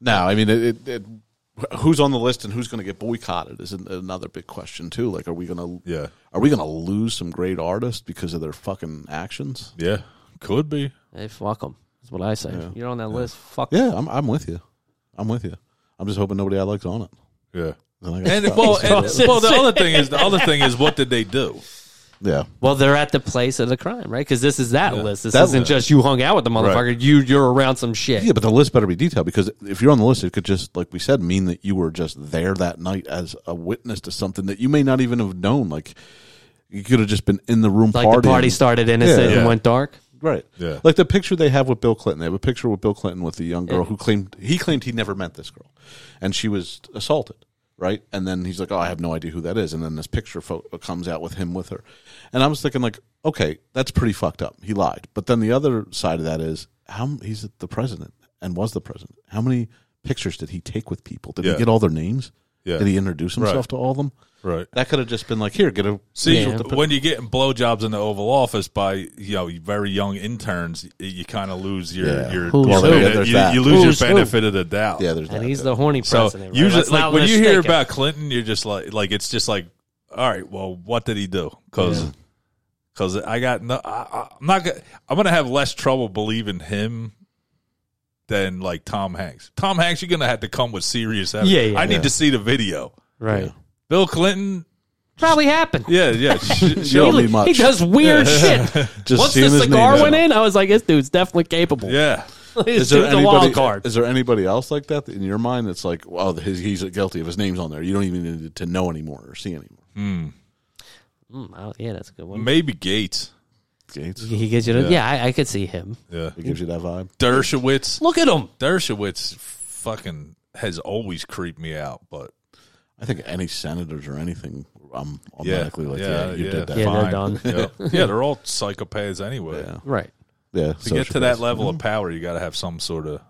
[SPEAKER 1] No, I mean it, it, it. Who's on the list and who's going to get boycotted is an, another big question too. Like, are we going to
[SPEAKER 2] [laughs] Yeah,
[SPEAKER 1] are we going to lose some great artists because of their fucking actions?
[SPEAKER 2] yeah, could be.
[SPEAKER 3] hey, fuck him. That's what I say. You're on that list. Fuck.
[SPEAKER 1] Yeah, I'm I'm with you. I'm with you. I'm just hoping nobody I like's on it.
[SPEAKER 3] [laughs]
[SPEAKER 2] Yeah.
[SPEAKER 1] Then I got
[SPEAKER 2] And
[SPEAKER 1] stuck.
[SPEAKER 2] well, and, well, the other thing is the other thing is what did they
[SPEAKER 3] [laughs]
[SPEAKER 2] do?
[SPEAKER 1] [laughs] yeah.
[SPEAKER 3] Well, they're at the place of the crime, right? Because this is that list. This
[SPEAKER 1] That
[SPEAKER 3] isn't
[SPEAKER 1] list.
[SPEAKER 3] just you hung out with the motherfucker. You you're around some shit.
[SPEAKER 1] Yeah, but the list better be detailed because if you're on the list, it could just, like we said, mean that you were just there that night as a witness to something that you may not even have known. Like you could have just been in the room
[SPEAKER 3] Like
[SPEAKER 1] partying.
[SPEAKER 3] the party started innocent
[SPEAKER 1] Yeah.
[SPEAKER 3] and
[SPEAKER 2] Yeah.
[SPEAKER 3] went dark.
[SPEAKER 1] right?
[SPEAKER 2] Yeah.
[SPEAKER 1] Like the picture they have with Bill Clinton. They have a picture with Bill Clinton with the young girl who claimed he claimed he never met this girl, and she was assaulted. Right, and then he's like, "Oh, I have no idea who that is." And then this picture photo comes out with him with her, and I was thinking, like, okay, that's pretty fucked up. He lied. But then the other side of that is how m- he's the president and was the president. How many pictures did he take with people? Did
[SPEAKER 2] Yeah.
[SPEAKER 1] he get all their names?
[SPEAKER 2] Yeah.
[SPEAKER 1] Did he introduce himself
[SPEAKER 2] Right.
[SPEAKER 1] to all of them?
[SPEAKER 2] Right.
[SPEAKER 1] That could have just been like, here, get a
[SPEAKER 2] See,
[SPEAKER 3] Yeah.
[SPEAKER 2] when you're getting blowjobs in the Oval Office by you know very young interns, y- you kind of lose your
[SPEAKER 1] Yeah.
[SPEAKER 2] your,
[SPEAKER 3] Who's
[SPEAKER 2] your
[SPEAKER 3] who?
[SPEAKER 1] Yeah, there's
[SPEAKER 2] you,
[SPEAKER 1] that.
[SPEAKER 2] you lose
[SPEAKER 3] Who's who?
[SPEAKER 2] your benefit of the doubt.
[SPEAKER 1] yeah. There's
[SPEAKER 3] And
[SPEAKER 1] that.
[SPEAKER 3] he's the horny
[SPEAKER 2] so
[SPEAKER 3] president. right?
[SPEAKER 2] usually,
[SPEAKER 3] Let's not
[SPEAKER 2] like when
[SPEAKER 3] let
[SPEAKER 2] you
[SPEAKER 3] us
[SPEAKER 2] hear
[SPEAKER 3] think it.
[SPEAKER 2] about Clinton, you're just like like it's just like all right, well, what did he do? Because
[SPEAKER 1] Yeah.
[SPEAKER 2] I got no, I, I- I'm not gonna I'm gonna have less trouble believing him than like Tom Hanks. Tom Hanks, you're gonna have to come with serious evidence.
[SPEAKER 3] Yeah, yeah,
[SPEAKER 2] I need
[SPEAKER 1] yeah.
[SPEAKER 2] to see the video.
[SPEAKER 3] Right.
[SPEAKER 2] Bill Clinton,
[SPEAKER 3] Probably happened.
[SPEAKER 2] yeah,
[SPEAKER 3] [laughs]
[SPEAKER 2] yeah, sh-
[SPEAKER 1] You don't
[SPEAKER 3] He,
[SPEAKER 1] need much.
[SPEAKER 3] he does
[SPEAKER 2] [laughs]
[SPEAKER 3] weird shit.
[SPEAKER 1] Just
[SPEAKER 3] Once
[SPEAKER 1] seeing
[SPEAKER 3] the
[SPEAKER 1] his
[SPEAKER 3] cigar
[SPEAKER 1] name.
[SPEAKER 3] went in, I was like, this dude's definitely capable.
[SPEAKER 2] yeah.
[SPEAKER 3] [laughs] this
[SPEAKER 1] Is there
[SPEAKER 3] dude's a
[SPEAKER 1] anybody?
[SPEAKER 3] wild card.
[SPEAKER 1] Is there anybody else like that in your mind that's like, well, his, he's guilty of his name's on there. You don't even need to know anymore or see anymore.
[SPEAKER 3] Mm, oh, yeah, that's a good one.
[SPEAKER 2] Maybe Gates.
[SPEAKER 1] Gates
[SPEAKER 3] He gives you. The, yeah, I, I could see him.
[SPEAKER 2] Yeah,
[SPEAKER 1] it gives you that vibe.
[SPEAKER 2] Dershowitz.
[SPEAKER 3] Look at him.
[SPEAKER 2] Dershowitz fucking has always creeped me out, but
[SPEAKER 1] I think any senators or anything, I'm automatically like, yeah, you did that.
[SPEAKER 3] Yeah,
[SPEAKER 1] Yeah,
[SPEAKER 3] they're
[SPEAKER 2] fine.
[SPEAKER 3] [laughs] done.
[SPEAKER 2] Yeah. Yeah, they're all psychopaths anyway.
[SPEAKER 1] Yeah.
[SPEAKER 3] Right.
[SPEAKER 2] To get to that level
[SPEAKER 1] Mm-hmm.
[SPEAKER 2] of power, you got to have some sort of,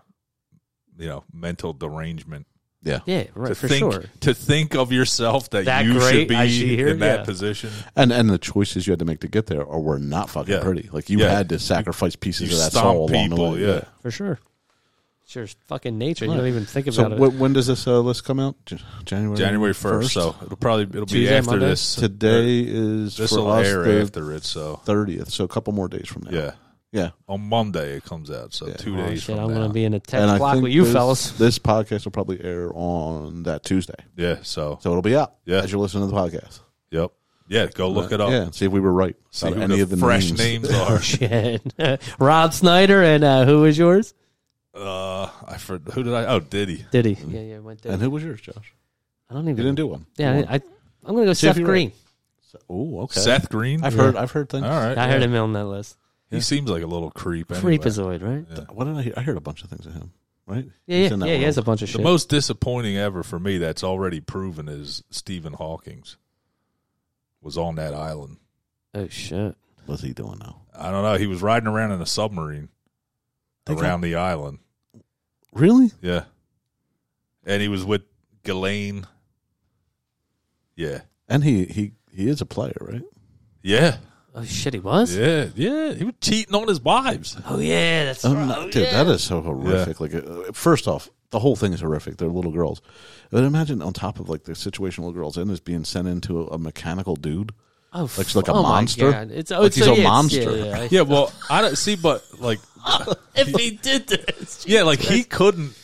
[SPEAKER 2] you know, mental derangement.
[SPEAKER 1] yeah.
[SPEAKER 3] Yeah. Right.
[SPEAKER 2] To
[SPEAKER 3] For
[SPEAKER 2] think,
[SPEAKER 3] sure.
[SPEAKER 2] to think of yourself that,
[SPEAKER 3] That
[SPEAKER 2] you
[SPEAKER 3] great,
[SPEAKER 2] should be
[SPEAKER 3] I see here,
[SPEAKER 2] in that
[SPEAKER 3] yeah.
[SPEAKER 2] position.
[SPEAKER 1] and and the choices you had to make to get there, or were not fucking
[SPEAKER 2] Yeah.
[SPEAKER 1] pretty. Like you
[SPEAKER 2] Yeah.
[SPEAKER 1] had to sacrifice
[SPEAKER 2] You
[SPEAKER 1] pieces of that soul
[SPEAKER 2] stomp
[SPEAKER 1] along the
[SPEAKER 2] people.
[SPEAKER 1] way.
[SPEAKER 2] yeah.
[SPEAKER 3] For sure. It's your fucking nature. You
[SPEAKER 1] Right.
[SPEAKER 3] don't even think
[SPEAKER 1] So
[SPEAKER 3] about it.
[SPEAKER 1] wh- when does this uh, list come out? J- January
[SPEAKER 2] January first. So it'll probably it'll be
[SPEAKER 3] Tuesday,
[SPEAKER 2] after
[SPEAKER 3] Monday?
[SPEAKER 2] this.
[SPEAKER 1] today is
[SPEAKER 2] this
[SPEAKER 1] for
[SPEAKER 2] will
[SPEAKER 1] us
[SPEAKER 2] air
[SPEAKER 1] the
[SPEAKER 2] after it. So
[SPEAKER 1] thirtieth. So a couple more days from now.
[SPEAKER 2] yeah,
[SPEAKER 1] yeah.
[SPEAKER 2] on Monday it comes out. So two
[SPEAKER 3] Oh,
[SPEAKER 2] days.
[SPEAKER 3] shit,
[SPEAKER 2] from
[SPEAKER 3] I'm
[SPEAKER 2] now.
[SPEAKER 3] gonna be in a
[SPEAKER 1] and
[SPEAKER 3] text
[SPEAKER 1] I
[SPEAKER 3] block
[SPEAKER 1] think
[SPEAKER 3] with you
[SPEAKER 1] this, [laughs]
[SPEAKER 3] fellas.
[SPEAKER 1] This podcast will probably air on that Tuesday,
[SPEAKER 2] Yeah. So
[SPEAKER 1] so it'll be out
[SPEAKER 2] Yeah.
[SPEAKER 1] as you're listening to the podcast.
[SPEAKER 2] yep. Yeah. Go look it up.
[SPEAKER 1] Yeah, see if we were right
[SPEAKER 2] See
[SPEAKER 1] about
[SPEAKER 2] who
[SPEAKER 1] any
[SPEAKER 2] the,
[SPEAKER 1] of the
[SPEAKER 2] fresh
[SPEAKER 1] names.
[SPEAKER 2] names are.
[SPEAKER 3] Oh, Shit. [laughs] Rob Snyder and uh, who was yours?
[SPEAKER 2] Uh, I for, who did I? Oh, Diddy.
[SPEAKER 3] Diddy. Yeah, yeah, went Diddy.
[SPEAKER 1] Mm-hmm. And who was yours, Josh?
[SPEAKER 3] I don't even.
[SPEAKER 1] You didn't do one.
[SPEAKER 3] yeah, I, I, I'm gonna go
[SPEAKER 1] See if
[SPEAKER 3] Seth
[SPEAKER 1] you're right.
[SPEAKER 3] Green.
[SPEAKER 1] Oh, okay.
[SPEAKER 2] Seth Green.
[SPEAKER 1] I've
[SPEAKER 3] Yeah.
[SPEAKER 1] heard. I've heard things.
[SPEAKER 2] All right.
[SPEAKER 3] I heard
[SPEAKER 2] yeah.
[SPEAKER 3] him on that list.
[SPEAKER 2] He seems like a little creep. Anyway.
[SPEAKER 3] Creepazoid, right?
[SPEAKER 1] What did I hear? I heard a bunch of things of him. Right?
[SPEAKER 3] Yeah,
[SPEAKER 1] He's
[SPEAKER 3] yeah,
[SPEAKER 1] in
[SPEAKER 3] yeah.
[SPEAKER 1] that
[SPEAKER 3] He has a
[SPEAKER 1] world.
[SPEAKER 3] bunch of
[SPEAKER 2] The
[SPEAKER 3] shit.
[SPEAKER 2] most disappointing ever for me that's already proven is Stephen Hawking's was on that island.
[SPEAKER 3] oh shit.
[SPEAKER 1] What's he doing now?
[SPEAKER 2] I don't know. He was riding around in a submarine
[SPEAKER 1] They got-
[SPEAKER 2] around the island.
[SPEAKER 1] Really?
[SPEAKER 2] Yeah. And he was with Ghislaine. Yeah.
[SPEAKER 1] And he he he is a player, right?
[SPEAKER 2] Yeah.
[SPEAKER 3] Oh shit, he was.
[SPEAKER 2] Yeah. Yeah. He was cheating on his wives.
[SPEAKER 3] Oh yeah, that's
[SPEAKER 1] Um,
[SPEAKER 3] right.
[SPEAKER 1] dude, that is so horrific. Like, uh, first off, the whole thing is horrific. They're little girls, but imagine on top of like the situation little girls in is being sent into a, a mechanical dude.
[SPEAKER 3] Oh,
[SPEAKER 1] it's like a
[SPEAKER 3] fu- oh, my
[SPEAKER 1] monster.
[SPEAKER 3] God. It's oh,
[SPEAKER 1] Like
[SPEAKER 3] it's
[SPEAKER 1] he's
[SPEAKER 3] so-
[SPEAKER 1] a
[SPEAKER 3] yeah, it's-
[SPEAKER 1] monster.
[SPEAKER 3] yeah, yeah.
[SPEAKER 2] Yeah. Well, I don't see, but like,
[SPEAKER 1] [laughs]
[SPEAKER 3] if he did this,
[SPEAKER 2] yeah, like he couldn't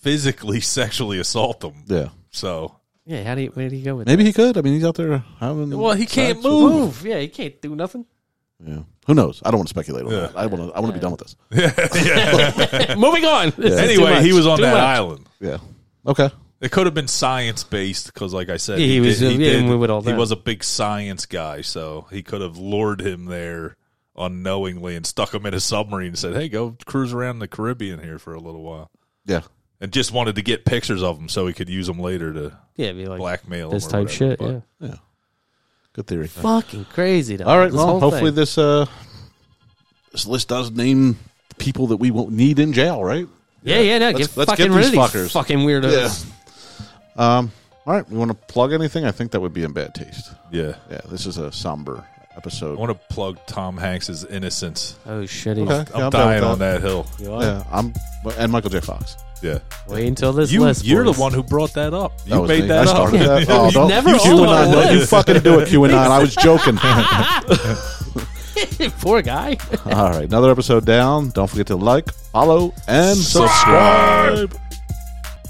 [SPEAKER 2] physically sexually assault them.
[SPEAKER 1] Yeah,
[SPEAKER 2] So,
[SPEAKER 3] yeah. How do you where do you go with
[SPEAKER 1] maybe he could. I mean, he's out there having.
[SPEAKER 2] well, he
[SPEAKER 1] sex
[SPEAKER 2] can't
[SPEAKER 1] with-
[SPEAKER 3] that?
[SPEAKER 2] move.
[SPEAKER 3] move? Yeah, he can't do nothing.
[SPEAKER 1] Yeah. Who knows? I don't want to speculate on
[SPEAKER 2] Yeah.
[SPEAKER 1] that. I want to. I want to be done with this.
[SPEAKER 3] [laughs] Moving on. This is too
[SPEAKER 2] Anyway,
[SPEAKER 3] much.
[SPEAKER 2] he was on
[SPEAKER 3] Too
[SPEAKER 2] that
[SPEAKER 3] much.
[SPEAKER 2] island.
[SPEAKER 1] Yeah. Okay.
[SPEAKER 2] It could have been science based because, like I said,
[SPEAKER 3] Yeah, he was-
[SPEAKER 2] Did,
[SPEAKER 3] yeah,
[SPEAKER 2] did-
[SPEAKER 3] we would all
[SPEAKER 2] he
[SPEAKER 3] that.
[SPEAKER 2] was a big science guy, so he could have lured him there unknowingly and stuck him in a submarine and said, "Hey, go cruise around the Caribbean here for a little while,"
[SPEAKER 1] Yeah.
[SPEAKER 2] and just wanted to get pictures of him so he could use them later to
[SPEAKER 3] Yeah, be like
[SPEAKER 2] blackmail
[SPEAKER 3] this
[SPEAKER 2] him or
[SPEAKER 3] type
[SPEAKER 2] whatever,
[SPEAKER 3] shit.
[SPEAKER 2] but-
[SPEAKER 3] Yeah.
[SPEAKER 1] Yeah. Good theory.
[SPEAKER 3] Fucking crazy. Though.
[SPEAKER 1] All right.
[SPEAKER 3] This
[SPEAKER 1] Well,
[SPEAKER 3] whole
[SPEAKER 1] hopefully
[SPEAKER 3] thing.
[SPEAKER 1] this uh this list does name people that we won't need in jail, right?
[SPEAKER 3] Yeah, yeah, no,
[SPEAKER 1] Let's-
[SPEAKER 3] get
[SPEAKER 1] let's
[SPEAKER 3] fucking
[SPEAKER 1] get
[SPEAKER 3] rid
[SPEAKER 1] these
[SPEAKER 3] of these
[SPEAKER 1] fuckers.
[SPEAKER 3] fucking weirdos.
[SPEAKER 1] Um. All right. We want to plug anything. I think that would be in bad taste.
[SPEAKER 2] yeah.
[SPEAKER 1] Yeah. This is a somber
[SPEAKER 2] I
[SPEAKER 1] episode.
[SPEAKER 2] want to plug Tom Hanks's innocence.
[SPEAKER 3] Oh shit, he's
[SPEAKER 1] Okay.
[SPEAKER 2] I'm
[SPEAKER 1] Yeah, I'm down with
[SPEAKER 2] dying on
[SPEAKER 1] that.
[SPEAKER 2] that hill.
[SPEAKER 3] you are.
[SPEAKER 1] Yeah. I'm and Michael J. Fox.
[SPEAKER 2] Yeah,
[SPEAKER 3] Wait until this
[SPEAKER 2] you,
[SPEAKER 3] list.
[SPEAKER 2] you're
[SPEAKER 3] boys.
[SPEAKER 2] the one who brought that up. You
[SPEAKER 1] was
[SPEAKER 2] made
[SPEAKER 1] me.
[SPEAKER 2] that
[SPEAKER 1] I [laughs]
[SPEAKER 2] up.
[SPEAKER 1] started
[SPEAKER 2] [laughs]
[SPEAKER 1] that.
[SPEAKER 2] Yeah.
[SPEAKER 1] Oh,
[SPEAKER 3] He's
[SPEAKER 1] don't,
[SPEAKER 3] never
[SPEAKER 1] you
[SPEAKER 3] on
[SPEAKER 1] QAnon,
[SPEAKER 3] the
[SPEAKER 1] don't you
[SPEAKER 3] list.
[SPEAKER 1] fucking
[SPEAKER 3] [laughs]
[SPEAKER 1] do it, QAnon. I was [laughs] joking.
[SPEAKER 3] [laughs] Poor
[SPEAKER 1] [laughs]
[SPEAKER 3] guy.
[SPEAKER 1] All right, another episode down. Don't forget to like, follow, and subscribe.
[SPEAKER 2] Subscribe.